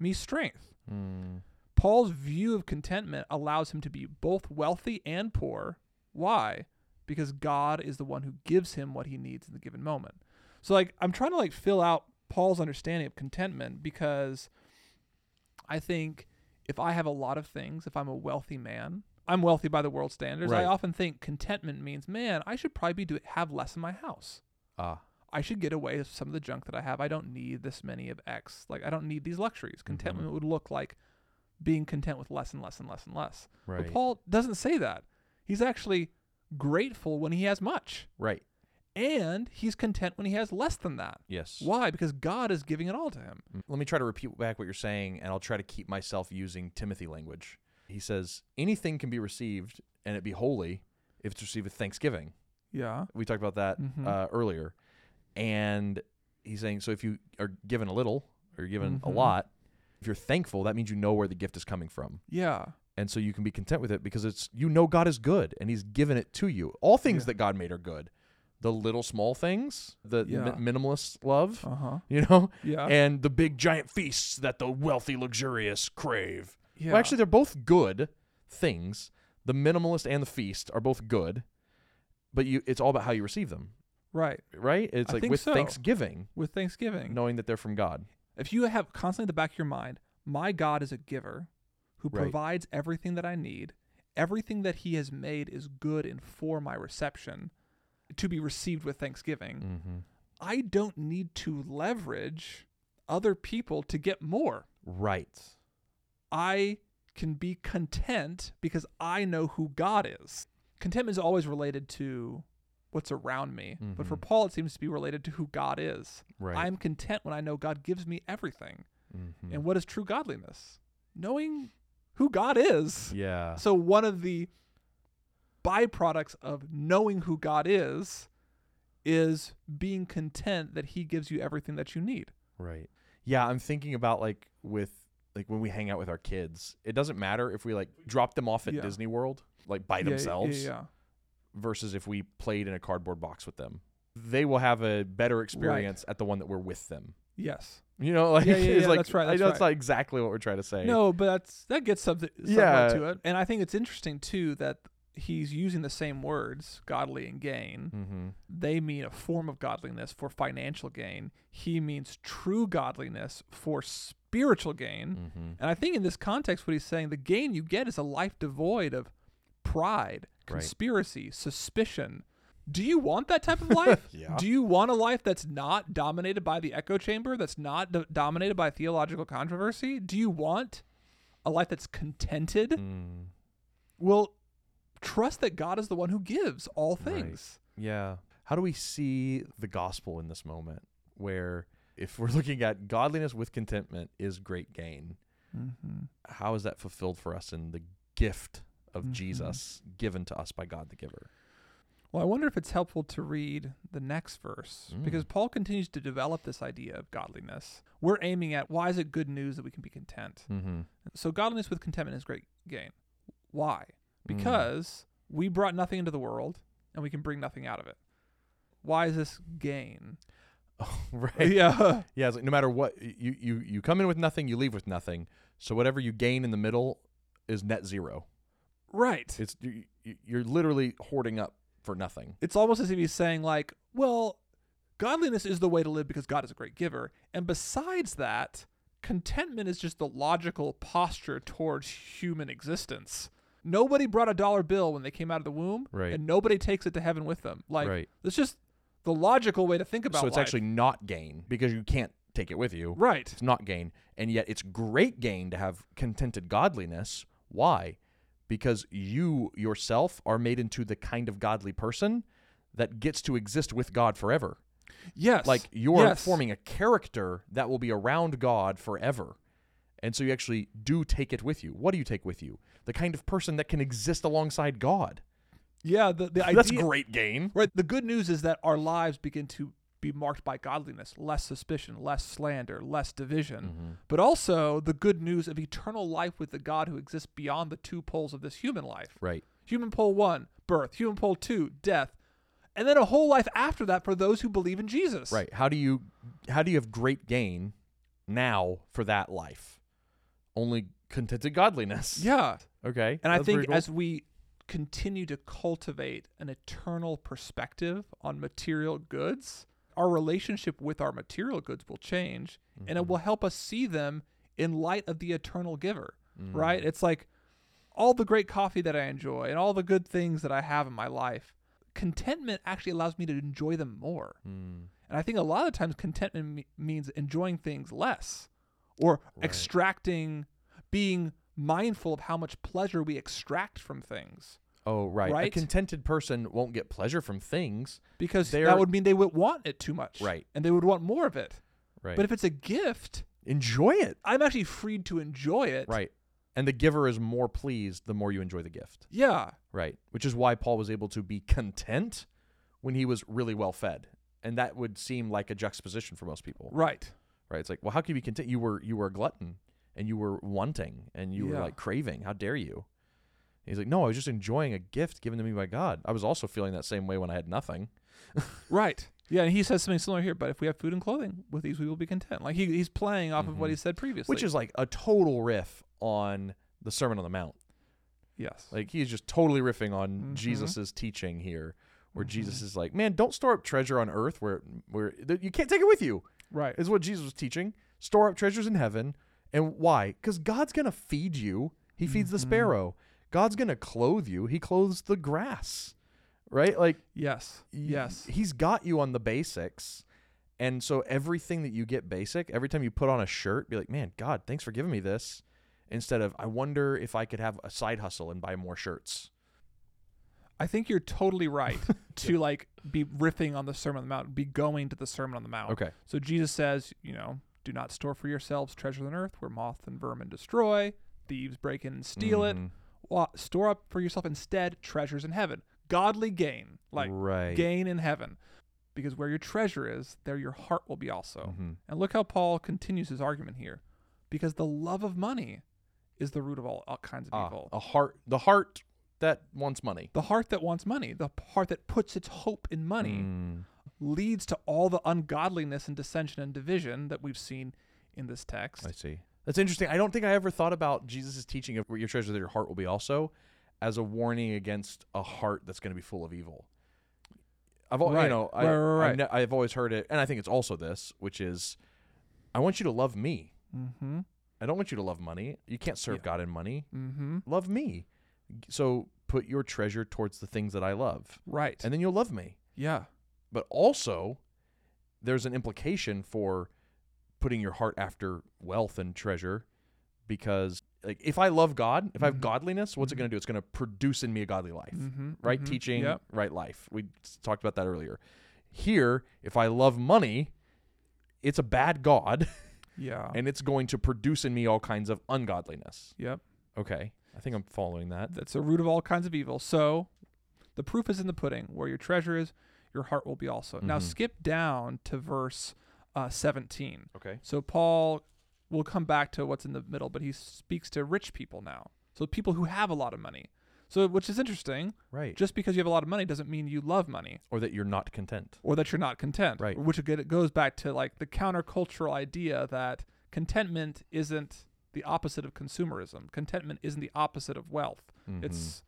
Speaker 2: me strength.
Speaker 1: Mm,
Speaker 2: Paul's view of contentment allows him to be both wealthy and poor. Why? Because God is the one who gives him what he needs in the given moment. So like I'm trying to like fill out Paul's understanding of contentment because I think if I have a lot of things, if I'm a wealthy man, I'm wealthy by the world standards.
Speaker 1: Right.
Speaker 2: I often think contentment means, man, I should probably be do have less in my house.
Speaker 1: Ah.
Speaker 2: I should get away with some of the junk that I have. I don't need this many of X. Like I don't need these luxuries.
Speaker 1: Mm-hmm.
Speaker 2: Contentment would look like being content with less and less and less and less.
Speaker 1: Right.
Speaker 2: But Paul doesn't say that. He's actually grateful when he has much,
Speaker 1: right.
Speaker 2: and he's content when he has less than that.
Speaker 1: Yes.
Speaker 2: Why? Because God is giving it all to him.
Speaker 1: Let me try to repeat back what you're saying, and I'll try to keep myself using Timothy language. He says, anything can be received and it be holy if it's received with thanksgiving.
Speaker 2: Yeah.
Speaker 1: We talked about that
Speaker 2: Mhm.
Speaker 1: uh, earlier. And he's saying, so if you are given a little or given a
Speaker 2: Mhm.
Speaker 1: lot, if you're thankful, that means you know where the gift is coming from.
Speaker 2: Yeah.
Speaker 1: And so you can be content with it because it's, you know, God is good and he's given it to you. All things
Speaker 2: Yeah.
Speaker 1: that God made are good. The little small things, the mi-
Speaker 2: Yeah.
Speaker 1: minimalist love,
Speaker 2: Uh huh.
Speaker 1: you know,
Speaker 2: Yeah.
Speaker 1: and the big giant feasts that the wealthy luxurious crave.
Speaker 2: yeah.
Speaker 1: Well, actually, they're both good things. The minimalist and the feast are both good, but you it's all about how you receive them,
Speaker 2: right.
Speaker 1: right? It's
Speaker 2: I
Speaker 1: like
Speaker 2: think
Speaker 1: with
Speaker 2: so.
Speaker 1: thanksgiving,
Speaker 2: With Thanksgiving.
Speaker 1: knowing that they're from God.
Speaker 2: If you have constantly in the back of your mind, my God is a giver who
Speaker 1: Right.
Speaker 2: provides everything that I need. Everything that he has made is good and for my reception to be received with thanksgiving.
Speaker 1: Mm-hmm.
Speaker 2: I don't need to leverage other people to get more.
Speaker 1: Right.
Speaker 2: I can be content because I know who God is. Contentment is always related to what's around me, but for
Speaker 1: Mhm.
Speaker 2: Paul, it seems to be related to who God is.
Speaker 1: Right.
Speaker 2: I'm content when I know God gives me everything.
Speaker 1: Mm-hmm.
Speaker 2: And what is true godliness? Knowing who God is.
Speaker 1: yeah.
Speaker 2: So, one of the byproducts of knowing who God is is being content that He gives you everything that you need.
Speaker 1: Right. Yeah, I'm thinking about like with like when we hang out with our kids. It doesn't matter if we like drop them off at
Speaker 2: Yeah.
Speaker 1: Disney World like by
Speaker 2: Yeah,
Speaker 1: themselves.
Speaker 2: Yeah. yeah.
Speaker 1: versus if we played in a cardboard box with them. They will have a better experience at the one that we're with them.
Speaker 2: Yes.
Speaker 1: You know, like
Speaker 2: Yeah, yeah,
Speaker 1: it's
Speaker 2: yeah,
Speaker 1: like
Speaker 2: that's right,
Speaker 1: I
Speaker 2: that's
Speaker 1: know it's
Speaker 2: right.
Speaker 1: not exactly what we're trying to say.
Speaker 2: No, but that's that gets something somewhat
Speaker 1: Yeah.
Speaker 2: to it. And I think it's interesting too that he's using the same words, godly and gain.
Speaker 1: Mm-hmm.
Speaker 2: They mean a form of godliness for financial gain. He means true godliness for spiritual gain.
Speaker 1: Mm-hmm.
Speaker 2: And I think in this context, what he's saying, the gain you get is a life devoid of pride,
Speaker 1: Right.
Speaker 2: conspiracy, suspicion. Do you want that type of life?
Speaker 1: Yeah.
Speaker 2: Do you want a life that's not dominated by the echo chamber, that's not do- dominated by theological controversy? Do you want a life that's contented?
Speaker 1: Mm.
Speaker 2: Well, trust that God is the one who gives all
Speaker 1: Right.
Speaker 2: things.
Speaker 1: Yeah. How do we see the gospel in this moment where if we're looking at godliness with contentment is great gain,
Speaker 2: Mm-hmm.
Speaker 1: how is that fulfilled for us in the gift of
Speaker 2: Mhm.
Speaker 1: Jesus given to us by God the giver?
Speaker 2: Well, I wonder if it's helpful to read the next verse because Paul continues to develop this idea of godliness. We're aiming at why is it good news that we can be content?
Speaker 1: Mm-hmm.
Speaker 2: So, godliness with contentment is great gain. Why? Because we brought nothing into the world and we can bring nothing out of it. Why is this gain?
Speaker 1: right.
Speaker 2: yeah.
Speaker 1: Yeah, it's like no matter what you you you come in with nothing, you leave with nothing. So whatever you gain in the middle is net zero.
Speaker 2: Right.
Speaker 1: It's you, you- you're literally hoarding up for nothing.
Speaker 2: It's almost as if he's saying, like, well, godliness is the way to live because God is a great giver. And besides that, contentment is just the logical posture towards human existence. Nobody brought a dollar bill when they came out of the womb,
Speaker 1: Right.
Speaker 2: and nobody takes it to heaven with them. Like,
Speaker 1: Right.
Speaker 2: it's just the logical way to think about
Speaker 1: so it's
Speaker 2: life.
Speaker 1: actually not gain because you can't take it with you.
Speaker 2: Right.
Speaker 1: It's not gain, and yet it's great gain to have contented godliness. Why? Because you yourself are made into the kind of godly person that gets to exist with God forever.
Speaker 2: Yes.
Speaker 1: like you're
Speaker 2: Yes.
Speaker 1: forming a character that will be around God forever. And so you actually do take it with you. What do you take with you? The kind of person that can exist alongside God.
Speaker 2: Yeah, the, the idea
Speaker 1: That's great gain.
Speaker 2: Right. The good news is that our lives begin to be marked by godliness, less suspicion, less slander, less division. But also the good news of eternal life with the God who exists beyond the two poles of this human life.
Speaker 1: Right.
Speaker 2: Human pole one, birth, human pole two, death. And then a whole life after that for those who believe in Jesus.
Speaker 1: Right. How do you how do you have great gain now for that life? Only contented godliness.
Speaker 2: Yeah.
Speaker 1: Okay.
Speaker 2: And I
Speaker 1: That's
Speaker 2: think
Speaker 1: pretty cool.
Speaker 2: as we continue to cultivate an eternal perspective on material goods, our relationship with our material goods will change and
Speaker 1: Mm-hmm.
Speaker 2: it will help us see them in light of the eternal giver,
Speaker 1: Mm.
Speaker 2: right? It's like all the great coffee that I enjoy and all the good things that I have in my life, contentment actually allows me to enjoy them more.
Speaker 1: Hmm.
Speaker 2: And I think a lot of times contentment me- means enjoying things less or extracting, being mindful of how much pleasure we extract from things.
Speaker 1: Oh, right. A
Speaker 2: Right?
Speaker 1: contented person won't get pleasure from things.
Speaker 2: Because
Speaker 1: They're-
Speaker 2: that would mean they would want it too much.
Speaker 1: Right.
Speaker 2: And they would want more of it.
Speaker 1: Right.
Speaker 2: But if it's a gift,
Speaker 1: enjoy it.
Speaker 2: I'm actually freed to enjoy it.
Speaker 1: Right. And the giver is more pleased the more you enjoy the gift.
Speaker 2: Yeah.
Speaker 1: Right. Which is why Paul was able to be content when he was really well fed. And that would seem like a juxtaposition for most people.
Speaker 2: Right.
Speaker 1: Right. It's like, well, how can you be content? You were you were a glutton and you were wanting and you were
Speaker 2: Yeah.
Speaker 1: like craving. How dare you? And he's like, No, I was just enjoying a gift given to me by God. I was also feeling that same way when I had nothing.
Speaker 2: Right. Yeah, and he says something similar here, but if we have food and clothing, with these we will be content. Like he, he's playing off of what he said previously.
Speaker 1: Mm-hmm. Which is like a total riff on the Sermon on the Mount.
Speaker 2: yes.
Speaker 1: Like he is just totally riffing on
Speaker 2: Mhm.
Speaker 1: Jesus's teaching here, where Jesus is like, "Man, don't store up treasure on earth where where th- you can't take it with you."
Speaker 2: right.
Speaker 1: Is what Jesus was teaching. Store up treasures in heaven, and why? Because God's gonna feed you. He feeds
Speaker 2: Mm-hmm.
Speaker 1: the sparrow. God's gonna clothe you. He clothes the grass, right? Like
Speaker 2: Yes.
Speaker 1: y-
Speaker 2: Yes.
Speaker 1: he's got you on the basics. And so everything that you get basic, every time you put on a shirt, be like, "Man, God, thanks for giving me this." Instead of, "I wonder if I could have a side hustle and buy more shirts."
Speaker 2: I think you're totally right to like be riffing on the Sermon on the Mount, be going to the Sermon on the Mount.
Speaker 1: Okay.
Speaker 2: So Jesus says, you know, do not store for yourselves treasure on earth where moth and vermin destroy, thieves break in and steal it.
Speaker 1: Mhm.
Speaker 2: Wa- Store up for yourself instead treasures in heaven. Godly gain, like
Speaker 1: Right.
Speaker 2: gain in heaven. Because where your treasure is, there your heart will be also.
Speaker 1: Mhm.
Speaker 2: And look how Paul continues his argument here. Because the love of money is the root of all, all kinds of
Speaker 1: Ah,
Speaker 2: evil.
Speaker 1: a heart, the heart that wants money.
Speaker 2: The heart that wants money, the heart that puts its hope in money,
Speaker 1: Mm.
Speaker 2: leads to all the ungodliness and dissension and division that we've seen in this text.
Speaker 1: I see. That's interesting. I don't think I ever thought about Jesus' teaching of your treasure that your heart will be also as a warning against a heart that's going to be full of evil. I've al-
Speaker 2: Right.
Speaker 1: you know I,
Speaker 2: Right, right, right.
Speaker 1: I've, ne- I've always heard it, and I think it's also this, which is, I want you to love me.
Speaker 2: Mm-hmm.
Speaker 1: I don't want you to love money. You can't serve
Speaker 2: Yeah.
Speaker 1: God in money.
Speaker 2: Mm-hmm.
Speaker 1: Love me. So put your treasure towards the things that I love,
Speaker 2: Right.
Speaker 1: and then you'll love me.
Speaker 2: yeah.
Speaker 1: But also, there's an implication for putting your heart after wealth and treasure, because like if I love God, if I have
Speaker 2: Mhm.
Speaker 1: godliness, what's
Speaker 2: Mhm.
Speaker 1: it going to do? It's going to produce in me a godly life
Speaker 2: Mm-hmm.
Speaker 1: right
Speaker 2: mhm,
Speaker 1: teaching
Speaker 2: Yep.
Speaker 1: right life we s- talked about that earlier here if i love money it's a bad god
Speaker 2: Yeah.
Speaker 1: and it's going to produce in me all kinds of ungodliness
Speaker 2: yep.
Speaker 1: okay i think i'm following that
Speaker 2: That's the root of all kinds of evil. So the proof is in the pudding. Where your treasure is, your heart will be also. Now
Speaker 1: Mhm.
Speaker 2: skip down to verse uh, 17.
Speaker 1: okay
Speaker 2: So Paul will come back to what's in the middle, but he speaks to rich people now. So people who have a lot of money. So which is interesting.
Speaker 1: right
Speaker 2: Just because you have a lot of money doesn't mean you love money
Speaker 1: or that you're not content
Speaker 2: or that you're not content.
Speaker 1: Right.
Speaker 2: Which again it goes back to like the countercultural idea that contentment isn't the opposite of consumerism. Contentment isn't the opposite of wealth.
Speaker 1: Mm-hmm.
Speaker 2: It's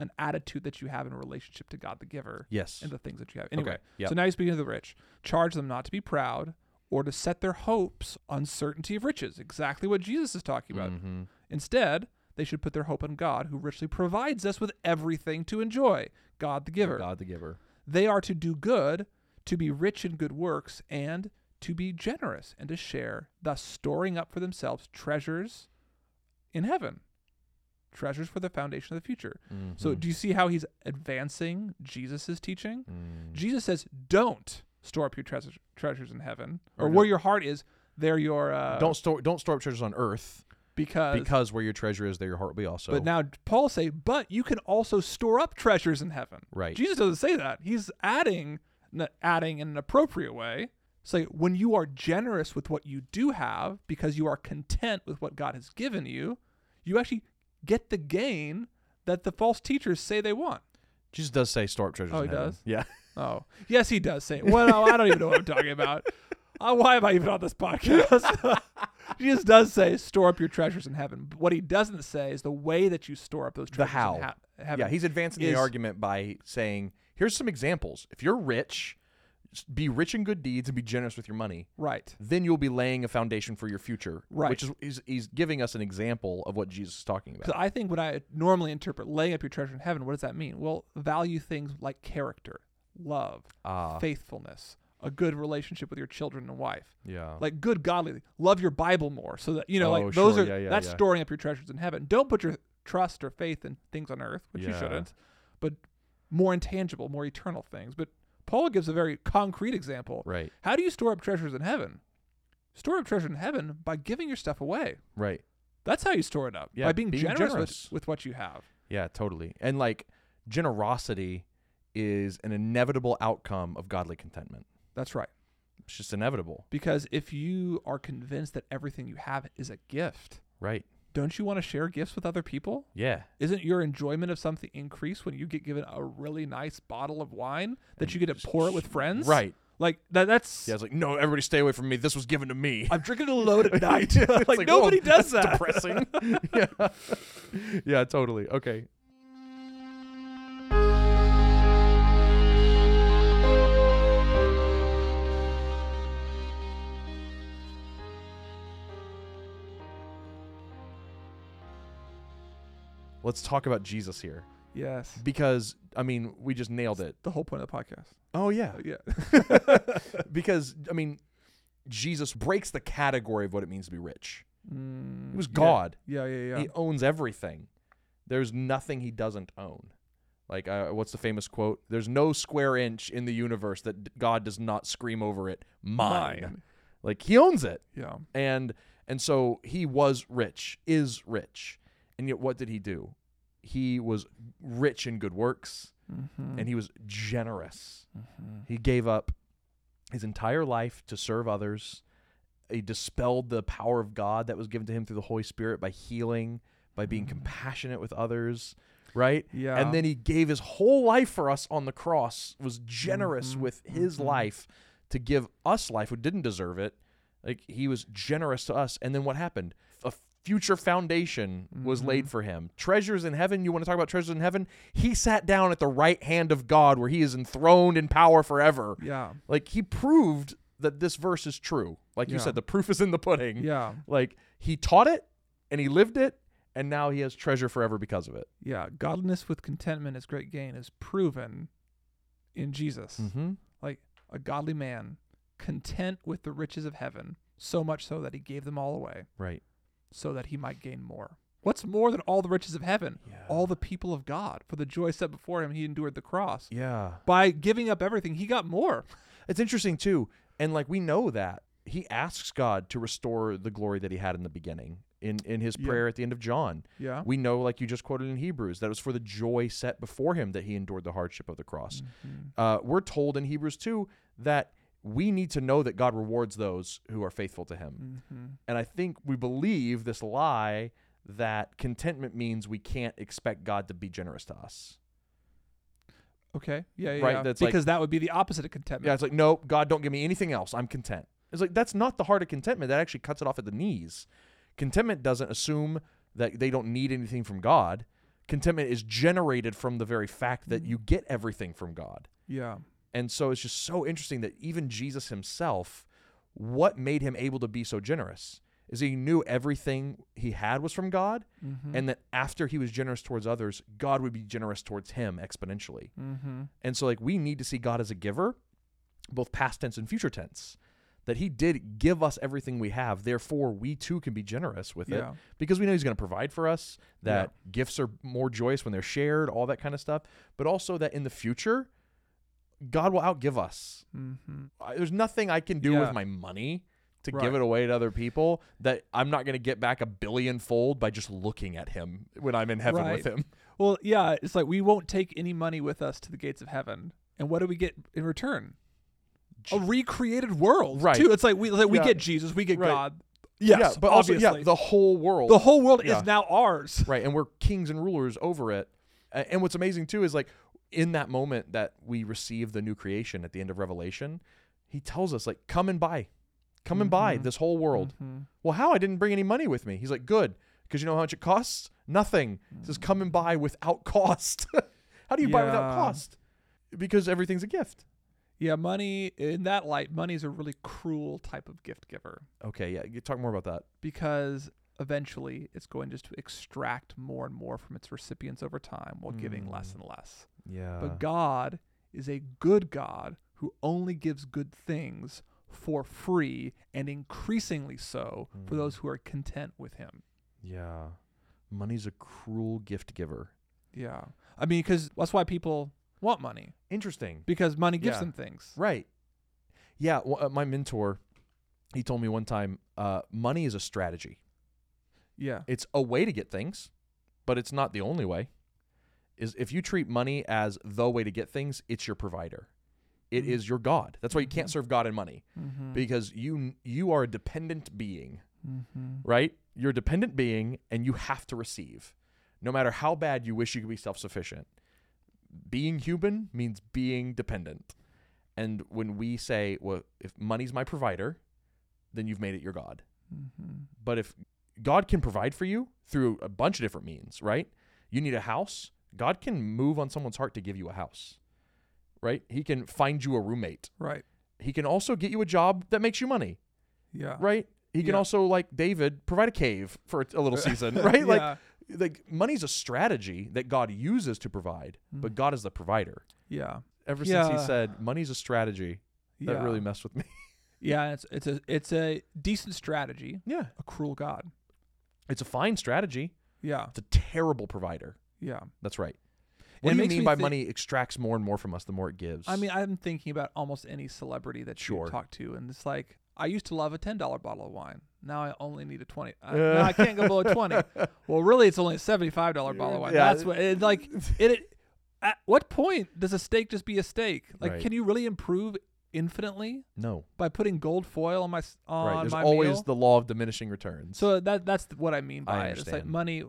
Speaker 2: an attitude that you have in relationship to God the giver
Speaker 1: yes
Speaker 2: and the things that you have. Anyway,
Speaker 1: okay yeah
Speaker 2: so now he's speaking to the rich. Charge them not to be proud or to set their hopes on certainty of riches. Exactly what Jesus is talking about.
Speaker 1: Mhm.
Speaker 2: Instead, they should put their hope in God, who richly provides us with everything to enjoy. God the giver.
Speaker 1: god the giver
Speaker 2: They are to do good, to be rich in good works, and to be generous and to share, thus storing up for themselves treasures in heaven, treasures for the foundation of the future. So,
Speaker 1: Mhm.
Speaker 2: do you see how he's advancing Jesus' teaching?
Speaker 1: Mm.
Speaker 2: Jesus says, "Don't store up your treasures, treasures in heaven, or
Speaker 1: Or
Speaker 2: where
Speaker 1: no-
Speaker 2: your heart is, there your uh,
Speaker 1: don't store don't store up treasures on earth
Speaker 2: because."
Speaker 1: because where your treasure is there your heart will be also
Speaker 2: Uh, but now Paul say, "But you can also store up treasures in heaven."
Speaker 1: right
Speaker 2: Jesus doesn't say that. He's adding, n- adding in an appropriate way. Say when you are generous with what you do have, because you are content with what God has given you, you actually get the gain that the false teachers say they want.
Speaker 1: jesus does say store up treasures
Speaker 2: Oh,
Speaker 1: in
Speaker 2: he
Speaker 1: heaven.
Speaker 2: does?
Speaker 1: yeah
Speaker 2: Oh, yes, he does say. it. Well, I don't even know what I'm talking about. Uh, why am I even on this podcast? Jesus does say, "Store up your treasures in heaven." But what he doesn't say is the way that you store up those
Speaker 1: the
Speaker 2: treasures.
Speaker 1: how.
Speaker 2: In hea- heaven.
Speaker 1: yeah, he's advancing
Speaker 2: is-
Speaker 1: the argument by saying, here's some examples. If you're rich, s- be rich in good deeds and be generous with your money.
Speaker 2: right.
Speaker 1: Then you'll be laying a foundation for your future.
Speaker 2: Right.
Speaker 1: Which is he's, he's giving us an example of what Jesus is talking
Speaker 2: Because
Speaker 1: about.
Speaker 2: I think when I normally interpret laying up your treasure in heaven, what does that mean? Well, value things like character, love,
Speaker 1: Ah,
Speaker 2: faithfulness, a good relationship with your children and wife,
Speaker 1: yeah.
Speaker 2: like good godly, love your Bible more, so that you know,
Speaker 1: Oh,
Speaker 2: like those
Speaker 1: sure,
Speaker 2: are
Speaker 1: yeah, yeah,
Speaker 2: that's
Speaker 1: yeah.
Speaker 2: storing up your treasures in heaven. Don't put your trust or faith in things on earth, which you
Speaker 1: Yeah.
Speaker 2: shouldn't, but more intangible, more eternal things. But Paul gives a very concrete example.
Speaker 1: right,
Speaker 2: How do you store up treasures in heaven? Store up treasure in heaven by giving your stuff away.
Speaker 1: right.
Speaker 2: That's how you store it up.
Speaker 1: Yeah,
Speaker 2: by being,
Speaker 1: being
Speaker 2: generous,
Speaker 1: generous.
Speaker 2: With, with what you have.
Speaker 1: Yeah, totally. And like generosity is an inevitable outcome of godly contentment.
Speaker 2: That's right.
Speaker 1: It's just inevitable.
Speaker 2: Because if you are convinced that everything you have is a gift,
Speaker 1: Right.
Speaker 2: don't you want to share gifts with other people?
Speaker 1: Yeah.
Speaker 2: Isn't your enjoyment of something increased when you get given a really nice bottle of wine that you get to pour it with friends?
Speaker 1: Right.
Speaker 2: Like that, that's
Speaker 1: Yeah, it's like, no, everybody stay away from me. This was given to me.
Speaker 2: I'm drinking a load at night.
Speaker 1: Yeah,
Speaker 2: like,
Speaker 1: it's whoa,
Speaker 2: nobody does
Speaker 1: that's
Speaker 2: that.
Speaker 1: Depressing. yeah. Yeah, totally. Okay. Let's talk about Jesus here
Speaker 2: yes.
Speaker 1: because I mean, we just nailed it.
Speaker 2: The whole point of the podcast. Uh,
Speaker 1: Oh yeah.
Speaker 2: Yeah.
Speaker 1: because I mean, Jesus breaks the category of what it means to be rich.
Speaker 2: Mm,
Speaker 1: He was
Speaker 2: yeah.
Speaker 1: God.
Speaker 2: Yeah, yeah, yeah.
Speaker 1: He owns everything. There's nothing he doesn't own. Like, uh, what's the famous quote? There's no square inch in the universe that d- God does not scream over it, mine. Like, he owns it.
Speaker 2: Yeah.
Speaker 1: And and so he was rich, is rich. And yet what did he do? He was rich in good works
Speaker 2: Mm-hmm.
Speaker 1: and he was generous. He gave up his entire life to serve others. He dispelled the power of God that was given to him through the Holy Spirit by healing, by being compassionate with others, right?
Speaker 2: Yeah.
Speaker 1: And then he gave his whole life for us on the cross, was generous
Speaker 2: Mhm,
Speaker 1: with his
Speaker 2: mhm.
Speaker 1: life to give us life who didn't deserve it. Like he was generous to us. And then what happened? A future foundation
Speaker 2: Mm-hmm.
Speaker 1: was laid for him. Treasures in heaven, you want to talk about treasures in heaven? He sat down at the right hand of God where he is enthroned in power forever.
Speaker 2: Yeah.
Speaker 1: Like he proved that this verse is true. Like you
Speaker 2: Yeah.
Speaker 1: said, the proof is in the pudding.
Speaker 2: Yeah.
Speaker 1: Like he taught it and he lived it and now he has treasure forever because of it.
Speaker 2: Yeah. Godliness with contentment is great gain is proven in Jesus.
Speaker 1: Mm-hmm.
Speaker 2: Like a godly man, content with the riches of heaven, so much so that he gave them all away,
Speaker 1: Right.
Speaker 2: so that he might gain more. What's more than all the riches of heaven?
Speaker 1: Yeah.
Speaker 2: All the people of God. For the joy set before him, he endured the cross.
Speaker 1: Yeah.
Speaker 2: By giving up everything, he got more.
Speaker 1: It's interesting too, and like we know that he asks God to restore the glory that he had in the beginning in in his
Speaker 2: Yeah.
Speaker 1: prayer at the end of John.
Speaker 2: Yeah.
Speaker 1: We know, like you just quoted in Hebrews, that it was for the joy set before him that he endured the hardship of the cross.
Speaker 2: Mm-hmm.
Speaker 1: Uh, we're told in Hebrews two that we need to know that God rewards those who are faithful to him,
Speaker 2: Mm-hmm.
Speaker 1: and I think we believe this lie that contentment means we can't expect God to be generous to us.
Speaker 2: Okay. Yeah. yeah
Speaker 1: Right,
Speaker 2: yeah.
Speaker 1: that's like-
Speaker 2: because that would be the opposite of contentment.
Speaker 1: Yeah, it's like, no, God, don't give me anything else. I'm content. It's like, that's not the heart of contentment. That actually cuts it off at the knees. Contentment doesn't assume that they don't need anything from God. Contentment is generated from the very fact that you get everything from God.
Speaker 2: Yeah.
Speaker 1: And so it's just so interesting that even Jesus himself, what made him able to be so generous is he knew everything he had was from God, and that after he was generous towards others, God would be generous towards him exponentially.
Speaker 2: Mm-hmm.
Speaker 1: And so, like, we need to see God as a giver, both past tense and future tense, that He did give us everything we have. Therefore, we too can be generous with
Speaker 2: Yeah.
Speaker 1: it because we know He's going to provide for us, that
Speaker 2: Yeah.
Speaker 1: gifts are more joyous when they're shared, all that kind of stuff. But also that in the future, God will outgive us.
Speaker 2: Mm-hmm.
Speaker 1: I- There's nothing I can do
Speaker 2: Yeah.
Speaker 1: with my money to give
Speaker 2: Right.
Speaker 1: it away to other people that I'm not going to get back a billion fold by just looking at Him when I'm in heaven with
Speaker 2: Right.
Speaker 1: Him.
Speaker 2: Well, yeah, it's like we won't take any money with us to the gates of heaven. And what do we get in return? A recreated world,
Speaker 1: Right.
Speaker 2: Too. It's like we it's like we
Speaker 1: Yeah.
Speaker 2: get Jesus, we get
Speaker 1: Right.
Speaker 2: God. Yes,
Speaker 1: yeah, but
Speaker 2: obviously.
Speaker 1: also yeah, the whole world.
Speaker 2: the whole world
Speaker 1: Yeah.
Speaker 2: is now ours.
Speaker 1: right and we're kings and rulers over it A- and what's amazing too is like in that moment that we receive the new creation at the end of revelation he tells us like come and buy come and buy this whole world
Speaker 2: Mm-hmm.
Speaker 1: well how i didn't bring any money with me he's like good because you know how much it costs nothing he says come and buy without cost how do you buy without
Speaker 2: Yeah.
Speaker 1: cost because everything's a gift
Speaker 2: Yeah, money in that light, money is a really cruel type of gift giver
Speaker 1: okay yeah you talk more about that
Speaker 2: because eventually it's going just to extract more and more from its recipients over time while giving
Speaker 1: Mm.
Speaker 2: less and less.
Speaker 1: yeah
Speaker 2: But God is a good God who only gives good things for free and increasingly so for
Speaker 1: Mm.
Speaker 2: those who are content with Him.
Speaker 1: yeah money's a cruel gift giver
Speaker 2: Yeah. I mean, because that's why people want money,
Speaker 1: interesting
Speaker 2: because money gives
Speaker 1: Yeah.
Speaker 2: them things.
Speaker 1: Right. Yeah. Well, uh, my mentor, he told me one time, uh, money is a strategy.
Speaker 2: Yeah.
Speaker 1: It's a way to get things, but it's not the only way. Is if you treat money as the way to get things, it's your provider. It is your God. That's why you can't serve God in money
Speaker 2: Mm-hmm.
Speaker 1: because you you are a dependent being,
Speaker 2: Mm-hmm.
Speaker 1: right? You're a dependent being, and you have to receive, no matter how bad you wish you could be self sufficient. Being human means being dependent. And when we say, well, if money's my provider, then you've made it your God.
Speaker 2: Mm-hmm.
Speaker 1: But if God can provide for you through a bunch of different means, right? You need a house, God can move on someone's heart to give you a house, right? He can find you a roommate.
Speaker 2: Right.
Speaker 1: He can also get you a job that makes you money,
Speaker 2: Yeah.
Speaker 1: right? He can
Speaker 2: Yeah.
Speaker 1: also, like David, provide a cave for a little season, right?
Speaker 2: Yeah.
Speaker 1: Like, like money's a strategy that God uses to provide, but God is the provider.
Speaker 2: Yeah.
Speaker 1: Ever since
Speaker 2: Mm-hmm. Yeah.
Speaker 1: he said money's a strategy,
Speaker 2: Yeah.
Speaker 1: that really messed with me.
Speaker 2: yeah. It's it's a it's a decent strategy.
Speaker 1: Yeah.
Speaker 2: A cruel God.
Speaker 1: It's a fine strategy.
Speaker 2: Yeah.
Speaker 1: It's a terrible provider.
Speaker 2: Yeah.
Speaker 1: That's right. What
Speaker 2: It
Speaker 1: do you
Speaker 2: makes
Speaker 1: mean
Speaker 2: me
Speaker 1: by
Speaker 2: think-
Speaker 1: money extracts more and more from us the more it gives?
Speaker 2: I mean, I'm thinking about almost any celebrity that
Speaker 1: Sure.
Speaker 2: you talk to, and it's like I used to love a ten dollar bottle of wine. Now I only need a twenty. Uh, now I can't go below twenty. Well, really, it's only a seventy five dollar bottle of wine.
Speaker 1: Yeah.
Speaker 2: That's what it, like it, it- At what point does a steak just be a steak? Like,
Speaker 1: Right.
Speaker 2: can you really improve infinitely
Speaker 1: no.
Speaker 2: by putting gold foil on my s- uh, on
Speaker 1: Right. There's
Speaker 2: my
Speaker 1: always
Speaker 2: meal?
Speaker 1: the law of diminishing returns.
Speaker 2: so that that's what I mean
Speaker 1: I
Speaker 2: by it. It's like
Speaker 1: understand.
Speaker 2: money,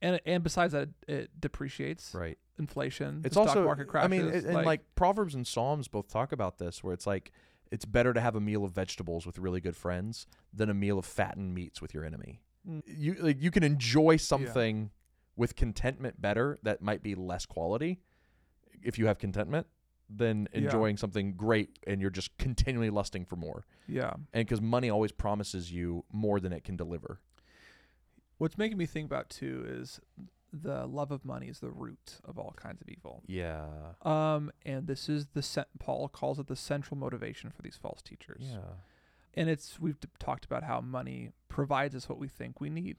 Speaker 2: and and besides that, it depreciates.
Speaker 1: right.
Speaker 2: Inflation. the
Speaker 1: It's
Speaker 2: stock
Speaker 1: also
Speaker 2: market crashes.
Speaker 1: I mean, and like, Proverbs and Psalms both talk about this where it's like it's better to have a meal of vegetables with really good friends than a meal of fattened meats with your enemy.
Speaker 2: Mm.
Speaker 1: You like you can enjoy something with contentment better that might be less quality if you have contentment than
Speaker 2: Yeah.
Speaker 1: enjoying something great and you're just continually lusting for more.
Speaker 2: Yeah.
Speaker 1: And cuz money always promises you more than it can deliver.
Speaker 2: What's making me think about too is the love of money is the root of all kinds of evil.
Speaker 1: Yeah.
Speaker 2: Um, and this is the cent- Paul calls it the central motivation for these false teachers.
Speaker 1: Yeah.
Speaker 2: And it's we've d- talked about how money provides us what we think we need,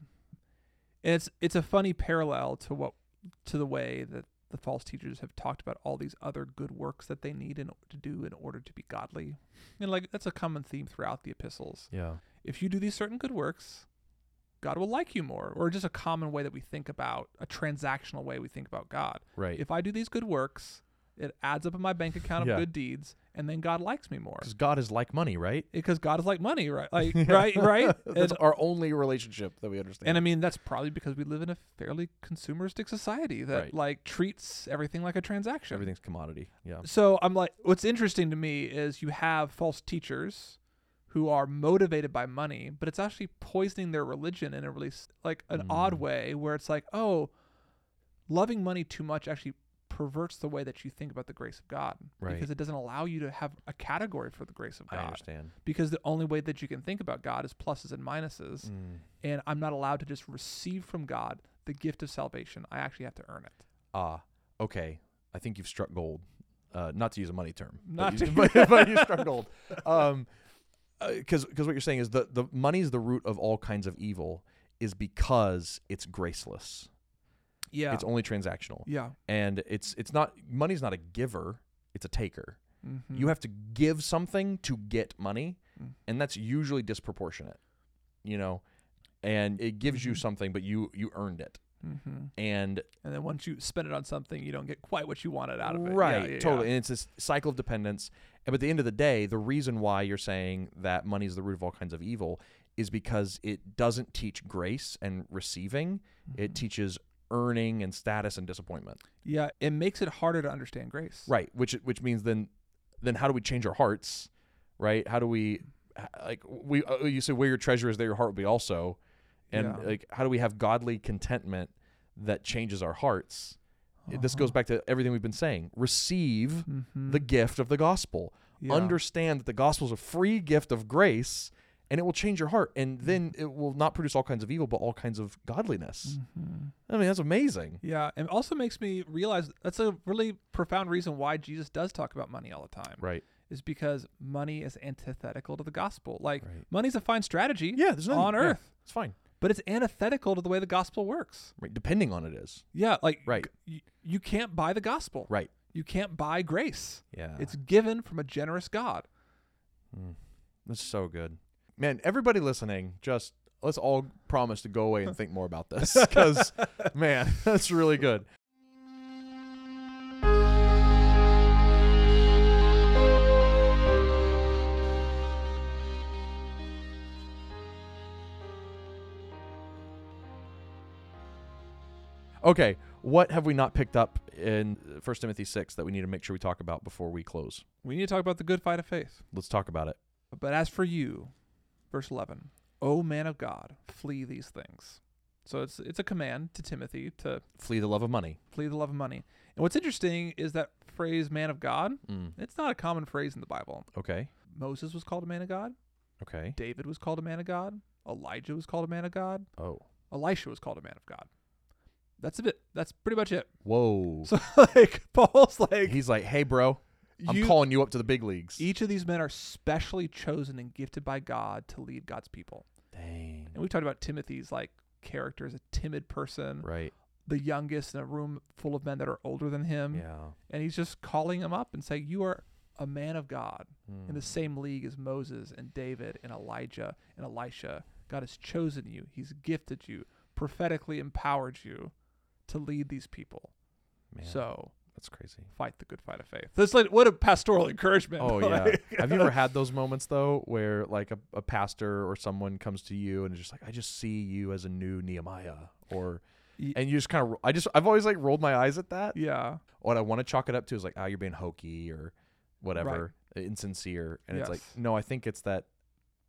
Speaker 2: and it's it's a funny parallel to what to the way that the false teachers have talked about all these other good works that they need in, to do in order to be godly, and like that's a common theme throughout the epistles
Speaker 1: Yeah.
Speaker 2: if you do these certain good works, God will like you more, or just a common way that we think about a transactional way we think about God.
Speaker 1: Right.
Speaker 2: If I do these good works, it adds up in my bank account of
Speaker 1: Yeah.
Speaker 2: good deeds, and then God likes me more
Speaker 1: Cuz God is like money, right?
Speaker 2: because God is like money, right? Like, right, right.
Speaker 1: That's
Speaker 2: And,
Speaker 1: our only relationship that we understand.
Speaker 2: and I mean, that's probably because we live in a fairly consumeristic society that
Speaker 1: Right.
Speaker 2: like treats everything like a transaction.
Speaker 1: everything's commodity. Yeah.
Speaker 2: So I'm like, what's interesting to me is you have false teachers who are motivated by money, but it's actually poisoning their religion in a really s- like an odd
Speaker 1: Mm.
Speaker 2: way where it's like, oh, loving money too much actually perverts the way that you think about the grace of God
Speaker 1: Right.
Speaker 2: because it doesn't allow you to have a category for the grace of
Speaker 1: I
Speaker 2: God
Speaker 1: understand.
Speaker 2: because the only way that you can think about God is pluses and minuses
Speaker 1: Mm.
Speaker 2: and I'm not allowed to just receive from God the gift of salvation. I actually have to earn it.
Speaker 1: ah, okay, I think you've struck gold. Uh, not to use a money term, but
Speaker 2: Not
Speaker 1: you-
Speaker 2: to-
Speaker 1: but, but you struck gold. Um, because because what you're saying is the the money is the root of all kinds of evil is because it's graceless.
Speaker 2: Yeah.
Speaker 1: It's only transactional,
Speaker 2: yeah.
Speaker 1: and it's it's not money's not a giver. It's a taker.
Speaker 2: Mm-hmm.
Speaker 1: You have to give something to get money,
Speaker 2: Mm.
Speaker 1: and that's usually disproportionate. You know, and it gives you
Speaker 2: Mhm.
Speaker 1: something, but you you earned it,
Speaker 2: mm-hmm.
Speaker 1: and
Speaker 2: and then once you spend it on something, you don't get quite what you wanted out of it. Yeah,
Speaker 1: Right,
Speaker 2: yeah, yeah.
Speaker 1: totally. And it's this cycle of dependence. And but at the end of the day, the reason why you're saying that money is the root of all kinds of evil is because it doesn't teach grace and receiving.
Speaker 2: Mm-hmm.
Speaker 1: It teaches earning and status and disappointment.
Speaker 2: Yeah, it makes it harder to understand grace.
Speaker 1: Right, which which means then then how do we change our hearts? Right? How do we h- like we uh, you say where your treasure is there your heart will be also. And
Speaker 2: Yeah.
Speaker 1: like how do we have godly contentment that changes our hearts? This goes back to everything we've been saying. Receive
Speaker 2: Mm-hmm.
Speaker 1: the gift of the gospel. Understand that the gospel is a free gift of grace and it will change your heart. And then it will not produce all kinds of evil, but all kinds of godliness. I mean, that's amazing.
Speaker 2: Mm-hmm. Yeah, and also makes me realize that's a really profound reason why Jesus does talk about money all the time.
Speaker 1: Right.
Speaker 2: Is because money is antithetical to the gospel. Like
Speaker 1: Right.
Speaker 2: money's a fine strategy.
Speaker 1: Yeah, there's nothing
Speaker 2: on
Speaker 1: yeah,
Speaker 2: earth,
Speaker 1: It's fine.
Speaker 2: but it's antithetical to the way the gospel works.
Speaker 1: Right. Depending on it is.
Speaker 2: Yeah, like
Speaker 1: Right.
Speaker 2: y- you can't buy the gospel.
Speaker 1: Right. Uh.
Speaker 2: You can't buy grace.
Speaker 1: Yeah.
Speaker 2: It's given from a generous God.
Speaker 1: that's so good. Man, everybody listening, just let's all promise to go away and think more about this because, man, that's really good. Okay, what have we not picked up in First Timothy 6 that we need to make sure we talk about before we close?
Speaker 2: We need to talk about the good fight of faith.
Speaker 1: Let's talk about it.
Speaker 2: But as for you, verse 11, O man of God, flee these things. So it's it's a command to Timothy to
Speaker 1: Flee the love of money.
Speaker 2: flee the love of money. And what's interesting is that phrase man of God,
Speaker 1: Mm.
Speaker 2: it's not a common phrase in the Bible.
Speaker 1: Okay.
Speaker 2: Moses was called a man of God,
Speaker 1: Okay.
Speaker 2: David was called a man of God, Elijah was called a man of God,
Speaker 1: Oh.
Speaker 2: Elisha was called a man of God. That's a bit that's pretty much it.
Speaker 1: Whoa.
Speaker 2: So like Paul's like
Speaker 1: He's like, hey, bro, I'm
Speaker 2: you,
Speaker 1: calling you up to the big leagues.
Speaker 2: each of these men are specially chosen and gifted by God to lead God's people.
Speaker 1: Dang.
Speaker 2: And we've talked about Timothy's like character as a timid person,
Speaker 1: Right.
Speaker 2: the youngest in a room full of men that are older than him.
Speaker 1: Yeah.
Speaker 2: And he's just calling him up and saying, You are a man of God
Speaker 1: Mm.
Speaker 2: in the same league as Moses and David and Elijah and Elisha. God has chosen you, He's gifted you, prophetically empowered you to lead these people.
Speaker 1: Man,
Speaker 2: So
Speaker 1: that's crazy.
Speaker 2: fight the good fight of faith. That's like what a pastoral encouragement.
Speaker 1: Oh yeah.
Speaker 2: Like-
Speaker 1: Have you ever had those moments though where like a, a pastor or someone comes to you and is just like, I just see you as a new Nehemiah or
Speaker 2: Ye-
Speaker 1: and you just kind of I just I've always like rolled my eyes at that.
Speaker 2: Yeah.
Speaker 1: What I want to chalk it up to is like, ah, you're being hokey or whatever, insincere. And it's like,
Speaker 2: Yes.
Speaker 1: no, I think it's that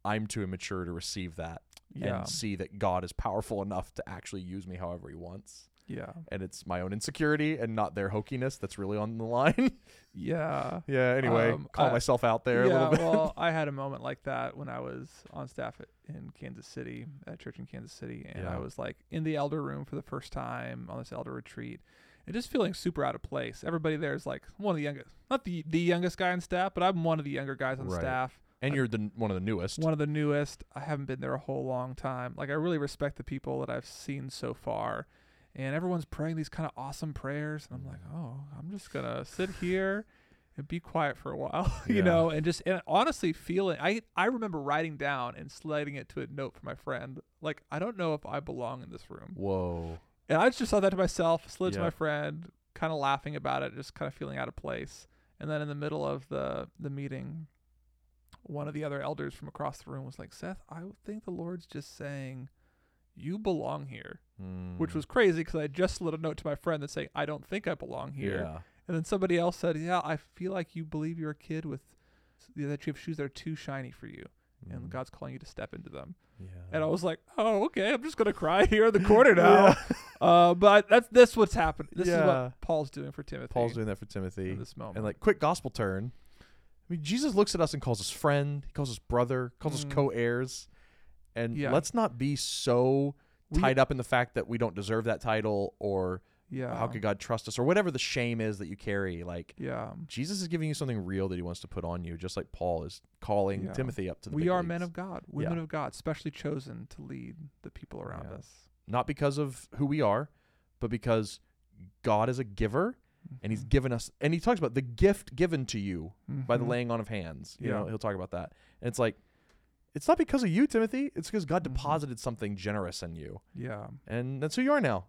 Speaker 1: I'm too immature to receive that.
Speaker 2: Yeah.
Speaker 1: and see that God is powerful enough to actually use me however He wants.
Speaker 2: Yeah.
Speaker 1: And it's my own insecurity and not their hokiness that's really on the line.
Speaker 2: Yeah.
Speaker 1: yeah. Anyway,
Speaker 2: Um,
Speaker 1: call
Speaker 2: I-
Speaker 1: myself out there a
Speaker 2: yeah,
Speaker 1: little bit.
Speaker 2: well, I had a moment like that when I was on staff at, in Kansas City, at a church in Kansas City, and I
Speaker 1: Yeah.
Speaker 2: was like in the elder room for the first time on this elder retreat, and just feeling super out of place. Everybody there is like one of the youngest, not the the youngest guy on staff, but I'm one of the younger guys on
Speaker 1: Right.
Speaker 2: staff,
Speaker 1: and you're the one of the newest.
Speaker 2: one of the newest. I haven't been there a whole long time. Like I really respect the people that I've seen so far. And everyone's praying these kind of awesome prayers, and I'm like,
Speaker 1: Mm.
Speaker 2: oh, I'm just gonna sit here and be quiet for a while, you
Speaker 1: Yeah.
Speaker 2: know, and just and honestly feeling. I I remember writing down and sliding it to a note for my friend, like I don't know if I belong in this room,
Speaker 1: Whoa.
Speaker 2: and I just thought that to myself, slid it to
Speaker 1: Yeah.
Speaker 2: my friend, kind of laughing about it, just kind of feeling out of place, and then in the middle of the the meeting, one of the other elders from across the room was like, Seth, I think the Lord's just saying, you belong here,
Speaker 1: Hmm.
Speaker 2: which
Speaker 1: Mm.
Speaker 2: was crazy because I just slid a note to my friend that saying I don't think I belong here.
Speaker 1: Yeah.
Speaker 2: And then somebody else said, "Yeah, I feel like you believe you're a kid with that you have shoes that are too shiny for you,
Speaker 1: Mm.
Speaker 2: and God's calling you to step into them."
Speaker 1: Yeah.
Speaker 2: And I was like, "Oh, okay, I'm just gonna cry here in the corner now." uh, but that's that's what's happening. This is
Speaker 1: Yeah.
Speaker 2: what Paul's doing for Timothy.
Speaker 1: Paul's doing that for Timothy.
Speaker 2: in this moment.
Speaker 1: and like quick gospel turn. I mean, Jesus looks at us and calls us friend. He calls us brother. Calls us
Speaker 2: Mm.
Speaker 1: co-heirs. And
Speaker 2: Yeah.
Speaker 1: let's not be so
Speaker 2: We-
Speaker 1: tied up in the fact that we don't deserve that title or
Speaker 2: yeah,
Speaker 1: how could God trust us or whatever the shame is that you carry. Like
Speaker 2: yeah,
Speaker 1: Jesus is giving you something real that He wants to put on you, just like Paul is calling
Speaker 2: Yeah.
Speaker 1: Timothy up to the.
Speaker 2: we
Speaker 1: big
Speaker 2: are
Speaker 1: leagues.
Speaker 2: men of God, women of God, specially chosen to lead the people around
Speaker 1: Yeah.
Speaker 2: us.
Speaker 1: not because of who we are, but because God is a giver and He's
Speaker 2: Mhm.
Speaker 1: given us. And He talks about the gift given to you by the
Speaker 2: Mhm.
Speaker 1: laying on of hands. You
Speaker 2: Yeah.
Speaker 1: know, he'll talk about that. And it's like, it's not because of you, Timothy. It's because God
Speaker 2: Mhm.
Speaker 1: deposited something generous in you.
Speaker 2: Yeah,
Speaker 1: And that's who you are now.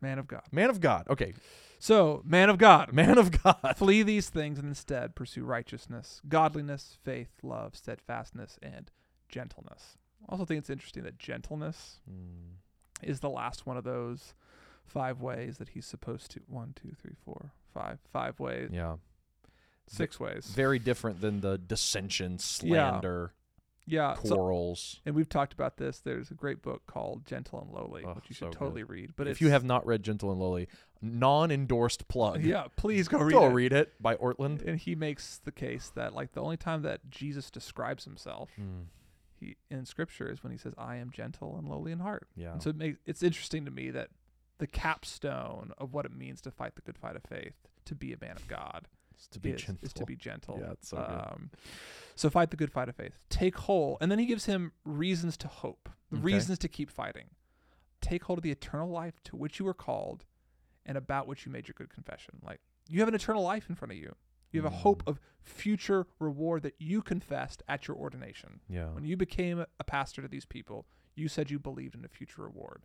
Speaker 2: man of God.
Speaker 1: Man of God. Okay.
Speaker 2: So, man of God.
Speaker 1: Man of God.
Speaker 2: Flee these things and instead pursue righteousness, godliness, faith, love, steadfastness, and gentleness. I also think it's interesting that gentleness
Speaker 1: Mm,
Speaker 2: is the last one of those five ways that he's supposed to one, two, three, four, five, five ways,
Speaker 1: Yeah.
Speaker 2: six ways.
Speaker 1: Very different than the dissension, slander,
Speaker 2: Yeah. Uh, so-
Speaker 1: quarrels.
Speaker 2: and we've talked about this. There's a great book called Gentle and Lowly,
Speaker 1: Oh,
Speaker 2: which you
Speaker 1: so
Speaker 2: should
Speaker 1: good.
Speaker 2: totally read. But
Speaker 1: if you
Speaker 2: it's-
Speaker 1: have not read Gentle and Lowly, non endorsed plug.
Speaker 2: yeah, please go read
Speaker 1: Go
Speaker 2: it.
Speaker 1: read it by Ortland.
Speaker 2: And he makes the case that like the only time that Jesus describes himself
Speaker 1: Mm,
Speaker 2: he in scripture is when he says i am gentle and lowly in heart
Speaker 1: yeah.
Speaker 2: and so it makes it's interesting to me that the capstone of what it means to fight the good fight of faith to be a man of god
Speaker 1: It's to be
Speaker 2: is,
Speaker 1: gentle.
Speaker 2: is to be gentle
Speaker 1: Yeah, it's so good.
Speaker 2: um, so fight the good fight of faith take hold and then he gives him reasons to hope
Speaker 1: Okay.
Speaker 2: reasons to keep fighting take hold of the eternal life to which you were called and about which you made your good confession like you have an eternal life in front of you you have a hope
Speaker 1: Mm.
Speaker 2: of future reward that you confessed at your ordination
Speaker 1: yeah.
Speaker 2: when you became a pastor to these people, you said you believed in a future reward.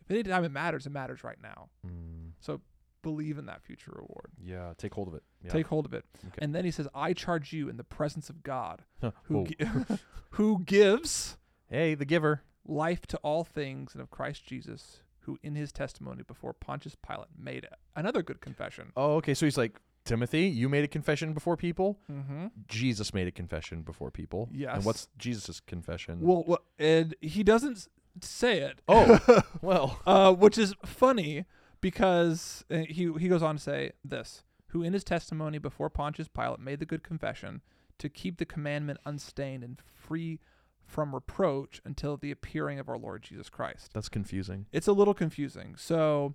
Speaker 2: If any time it matters, it matters right now.
Speaker 1: Mm.
Speaker 2: So believe in that future reward.
Speaker 1: Yeah. Take hold of it. Yeah.
Speaker 2: Take hold of it.
Speaker 1: Okay.
Speaker 2: And then he says, I charge you in the presence of God,
Speaker 1: Huh.
Speaker 2: who,
Speaker 1: Whoa.
Speaker 2: gi- who gives
Speaker 1: hey, the giver.
Speaker 2: life to all things and of Christ Jesus, who in his testimony before Pontius Pilate made another good confession.
Speaker 1: Oh, okay. So he's like, Timothy, you made a confession before people.
Speaker 2: Mm-hmm.
Speaker 1: Jesus made a confession before people.
Speaker 2: Yes.
Speaker 1: And what's Jesus' confession?
Speaker 2: Well, well, and he doesn't s- say it.
Speaker 1: oh, well.
Speaker 2: uh, which is funny because uh, he he goes on to say this: "Who in his testimony before Pontius Pilate made the good confession to keep the commandment unstained and free from reproach until the appearing of our Lord Jesus Christ."
Speaker 1: That's confusing.
Speaker 2: It's a little confusing. So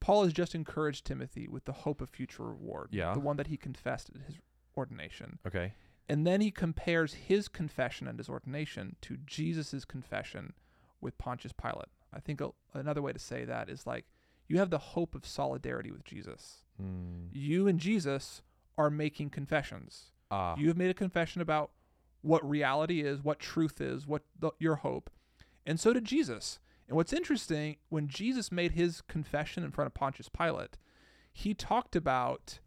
Speaker 2: Paul has just encouraged Timothy with the hope of future reward,
Speaker 1: Yeah.
Speaker 2: the one that he confessed at his ordination.
Speaker 1: Okay.
Speaker 2: And then he compares his confession and his ordination to Jesus' confession with Pontius Pilate. I think a, another way to say that is like, you have the hope of solidarity with Jesus.
Speaker 1: Mm.
Speaker 2: You and Jesus are making confessions.
Speaker 1: Ah.
Speaker 2: You have made a confession about what reality is, what truth is, what the, your hope. And so did Jesus. And what's interesting, when Jesus made his confession in front of Pontius Pilate, he talked about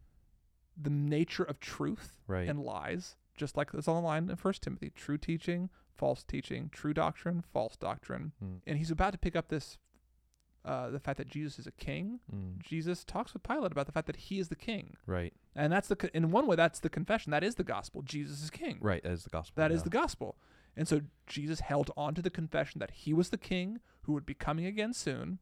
Speaker 2: the nature of truth
Speaker 1: Right.
Speaker 2: and lies, just like it's on the line in First Timothy: true teaching, false teaching, true doctrine, false doctrine.
Speaker 1: Mm.
Speaker 2: And he's about to pick up this, uh, the fact that Jesus is a king.
Speaker 1: Mm.
Speaker 2: Jesus talks with Pilate about the fact that he is the king,
Speaker 1: Right.
Speaker 2: and that's the co- in one way that's the confession. That is the gospel. Jesus is king.
Speaker 1: Right. That is the gospel.
Speaker 2: That is
Speaker 1: yeah.
Speaker 2: the gospel. And so Jesus held on to the confession that he was the king who would be coming again soon,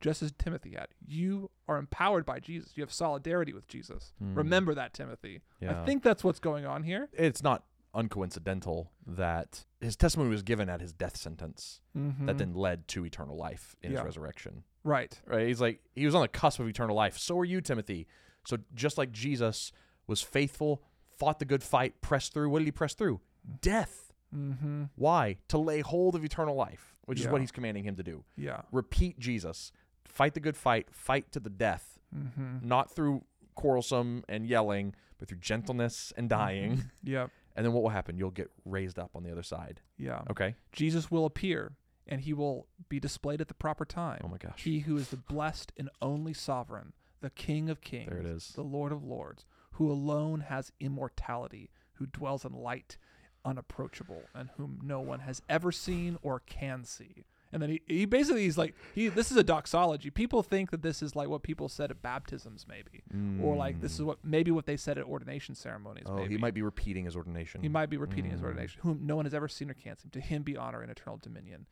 Speaker 2: just as Timothy had. You are empowered by Jesus. You have solidarity with Jesus. Remember that, Timothy.
Speaker 1: Hmm. Yeah.
Speaker 2: I think that's what's going on here.
Speaker 1: It's not uncoincidental that his testimony was given at his death sentence that then led to eternal life in
Speaker 2: Hmm. Yeah.
Speaker 1: his resurrection.
Speaker 2: Mm-hmm. Right.
Speaker 1: Right? He's like he was on the cusp of eternal life. So are you, Timothy. So just like Jesus was faithful, fought the good fight, pressed through. What did he press through? Death.
Speaker 2: Mm-hmm.
Speaker 1: Why? To lay hold of eternal life, which is
Speaker 2: Yeah.
Speaker 1: what he's commanding him to do.
Speaker 2: Yeah.
Speaker 1: Repeat Jesus. Fight the good fight, fight to the death,
Speaker 2: Mm-hmm.
Speaker 1: not through quarrelsome and yelling, but through gentleness and
Speaker 2: Mm-hmm.
Speaker 1: dying.
Speaker 2: Yep.
Speaker 1: And then what will happen? You'll get raised up on the other side.
Speaker 2: Yeah.
Speaker 1: Okay.
Speaker 2: Jesus will appear and he will be displayed at the proper time.
Speaker 1: Oh my gosh.
Speaker 2: He who is the blessed and only sovereign, the King of kings,
Speaker 1: There it is.
Speaker 2: the Lord of lords, who alone has immortality, who dwells in light, unapproachable, and whom no one has ever seen or can see. And then he, he basically is like he this is a doxology. People think that this is like what people said at baptisms maybe. Or like this is what maybe what they said at ordination ceremonies
Speaker 1: Mm. Oh,
Speaker 2: maybe.
Speaker 1: he might be repeating his ordination. Mm.
Speaker 2: He might be repeating his ordination, whom no one has ever seen or can see. To him be honor and eternal dominion.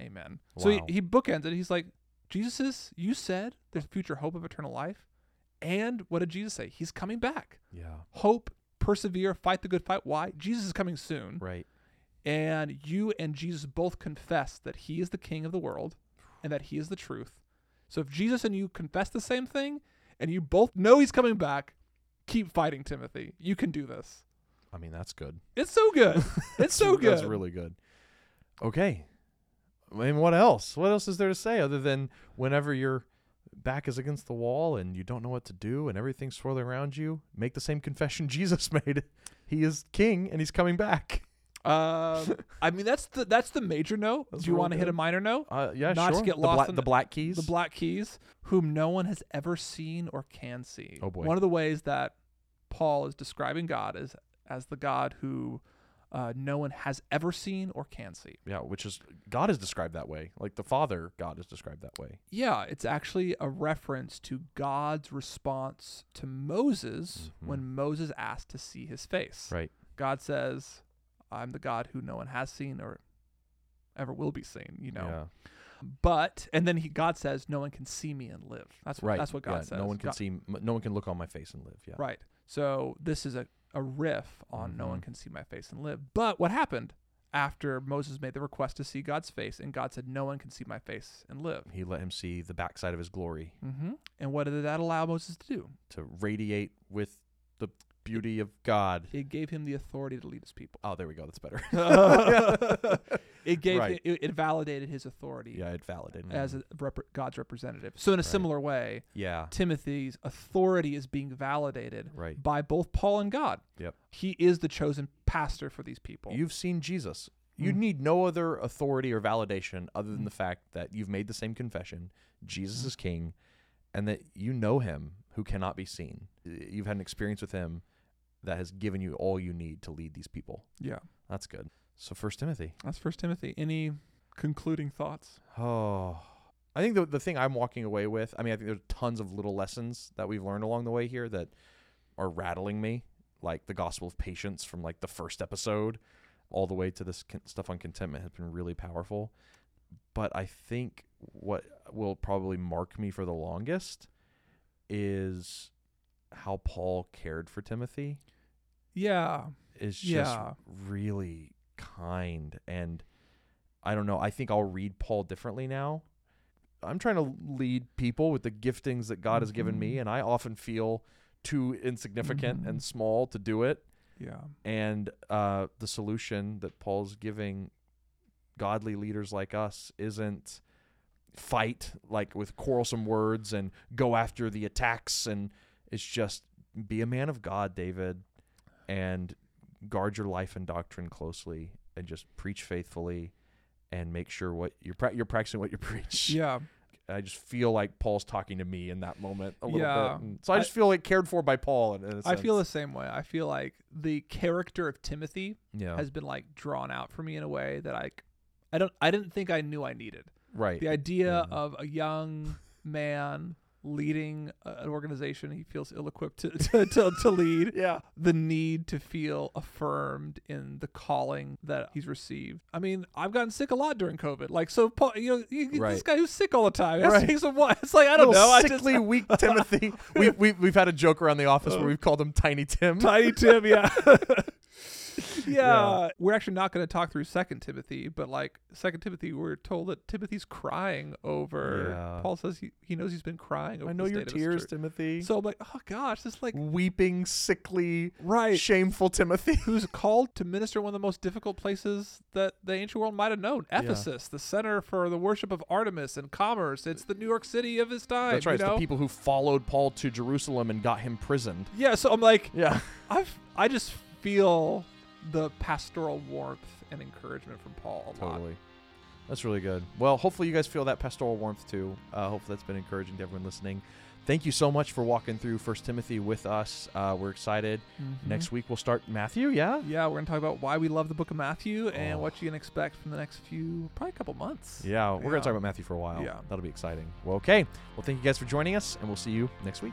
Speaker 2: Amen. So he,
Speaker 1: Wow.
Speaker 2: he bookends it. He's like, Jesus, is- you said there's future hope of eternal life. And what did Jesus say? He's coming back.
Speaker 1: Yeah.
Speaker 2: Hope, persevere, fight the good fight. Why? Jesus is coming soon.
Speaker 1: Right.
Speaker 2: And you and Jesus both confess that he is the king of the world and that he is the truth. So if Jesus and you confess the same thing and you both know he's coming back, keep fighting, Timothy. You can do this.
Speaker 1: I mean, that's good.
Speaker 2: It's so good. It's so good.
Speaker 1: That's really good. Okay. I mean, what else? What else is there to say other than whenever your back is against the wall and you don't know what to do and everything's swirling around you, make the same confession Jesus made. He is king and he's coming back.
Speaker 2: Um, I mean, that's the that's the major note.
Speaker 1: That's
Speaker 2: Do you
Speaker 1: real
Speaker 2: want to hit a
Speaker 1: good.
Speaker 2: minor note?
Speaker 1: Uh, yeah,
Speaker 2: Not to
Speaker 1: sure.
Speaker 2: get
Speaker 1: the,
Speaker 2: lost
Speaker 1: black
Speaker 2: in
Speaker 1: the
Speaker 2: the-
Speaker 1: black keys.
Speaker 2: The Black Keys, whom no one has ever seen or can see.
Speaker 1: Oh, boy.
Speaker 2: One of the ways that Paul is describing God is as the God who uh, no one has ever seen or can see.
Speaker 1: yeah, which is God is described that way. Like the Father, God is described that way.
Speaker 2: Yeah, it's actually a reference to God's response to Moses
Speaker 1: Mhm.
Speaker 2: when Moses asked to see his face.
Speaker 1: Right.
Speaker 2: God says, "I'm the God who no one has seen or ever will be seen." You know.
Speaker 1: Yeah.
Speaker 2: But and then he God says, "No one can see me and live." That's what,
Speaker 1: Right.
Speaker 2: That's what God
Speaker 1: yeah,
Speaker 2: says.
Speaker 1: No one can
Speaker 2: God-
Speaker 1: see. m- No one can look on my face and live. Yeah.
Speaker 2: Right. So this is a a riff on "No one
Speaker 1: Mhm.
Speaker 2: can see my face and live." But what happened after Moses made the request to see God's face, and God said, "No one can see my face and live."
Speaker 1: He let him see the backside of his glory
Speaker 2: hmm And what did that allow Moses to do?
Speaker 1: to radiate with the beauty of God.
Speaker 2: It gave him the authority to lead his people.
Speaker 1: Oh, there we go. That's better.
Speaker 2: It gave
Speaker 1: Right.
Speaker 2: it, it validated his authority
Speaker 1: yeah, it validated.
Speaker 2: as a rep- God's representative. So in a
Speaker 1: Right.
Speaker 2: similar way,
Speaker 1: yeah,
Speaker 2: Timothy's authority is being validated
Speaker 1: right.
Speaker 2: by both Paul and God.
Speaker 1: Yep.
Speaker 2: He is the chosen pastor for these people.
Speaker 1: You've seen Jesus. You
Speaker 2: Mm.
Speaker 1: need no other authority or validation other than the fact that you've made the same confession.
Speaker 2: Mm.
Speaker 1: Jesus is King, and that you know Him who cannot be seen. You've had an experience with Him that has given you all you need to lead these people.
Speaker 2: yeah.
Speaker 1: That's good. So, First Timothy.
Speaker 2: That's First Timothy. Any concluding thoughts?
Speaker 1: Oh, I think the the thing I'm walking away with. I mean, I think there's tons of little lessons that we've learned along the way here that are rattling me, like the gospel of patience from like the first episode, all the way to this con- stuff on contentment has been really powerful. But I think what will probably mark me for the longest is how Paul cared for Timothy
Speaker 2: Yeah.
Speaker 1: is just
Speaker 2: Yeah.
Speaker 1: really kind and I don't know, I think I'll read Paul differently now. I'm trying to lead people with the giftings that God has given me
Speaker 2: Mhm.
Speaker 1: and I often feel too insignificant and
Speaker 2: Mhm.
Speaker 1: small to do it
Speaker 2: Yeah.
Speaker 1: and uh, the solution that Paul's giving godly leaders like us isn't fight like with quarrelsome words and go after the attacks and it's just be a man of God, David, and guard your life and doctrine closely and just preach faithfully and make sure what you're pra- you're practicing what you preach.
Speaker 2: Yeah.
Speaker 1: I just feel like Paul's talking to me in that moment a little
Speaker 2: Yeah.
Speaker 1: bit. And so I just feel like cared for by Paul in, in a
Speaker 2: I feel the
Speaker 1: sense.
Speaker 2: same way. I feel like the character of Timothy
Speaker 1: yeah.
Speaker 2: has been like drawn out for me in a way that I, I don't I didn't think I knew I needed.
Speaker 1: right.
Speaker 2: The idea
Speaker 1: Yeah.
Speaker 2: of a young man leading a- an organization he feels ill-equipped to, to, to, to lead
Speaker 1: Yeah.
Speaker 2: the need to feel affirmed in the calling that he's received. I mean, I've gotten sick a lot during COVID. Like, so Paul, you know, you, get this
Speaker 1: Right.
Speaker 2: guy who's sick all the time. Has
Speaker 1: Right.
Speaker 2: takes a while. It's like I don't
Speaker 1: Little
Speaker 2: know.
Speaker 1: Sickly,
Speaker 2: I just
Speaker 1: weak Timothy. We, we, we've had a joke around the office where we've called him Tiny Tim.
Speaker 2: tiny Tim. Yeah. yeah.
Speaker 1: Yeah.
Speaker 2: we're actually not going to talk through Second Timothy, but like Second Timothy, we're told that Timothy's crying over.
Speaker 1: Yeah.
Speaker 2: Paul says he, he knows he's been crying. Over
Speaker 1: I know
Speaker 2: the
Speaker 1: your
Speaker 2: state of his
Speaker 1: tears,
Speaker 2: church.
Speaker 1: Timothy.
Speaker 2: So I'm like, oh gosh, this like
Speaker 1: Weeping, sickly,
Speaker 2: right.
Speaker 1: shameful Timothy.
Speaker 2: who's called to minister in one of the most difficult places that the ancient world might have known Ephesus, the center for the worship of Artemis and commerce. It's the New York City of his time.
Speaker 1: That's right.
Speaker 2: you
Speaker 1: It's
Speaker 2: know?
Speaker 1: the people who followed Paul to Jerusalem and got him prisoned.
Speaker 2: Yeah, so I'm like,
Speaker 1: Yeah.
Speaker 2: I've, I just feel the pastoral warmth and encouragement from Paul a lot.
Speaker 1: Totally. That's really good. Well, hopefully you guys feel that pastoral warmth too. Uh, hopefully that's been encouraging to everyone listening. Thank you so much for walking through First Timothy with us. Uh, we're excited. Next week we'll start Matthew. Yeah.
Speaker 2: Yeah, we're going to talk about why we love the book of Matthew
Speaker 1: Oh.
Speaker 2: and what you can expect from the next few, probably a couple months.
Speaker 1: Yeah. We're gonna
Speaker 2: Yeah.
Speaker 1: talk about Matthew for a while.
Speaker 2: Yeah.
Speaker 1: That'll be exciting. Well, okay. Well, thank you guys for joining us, and we'll see you next week.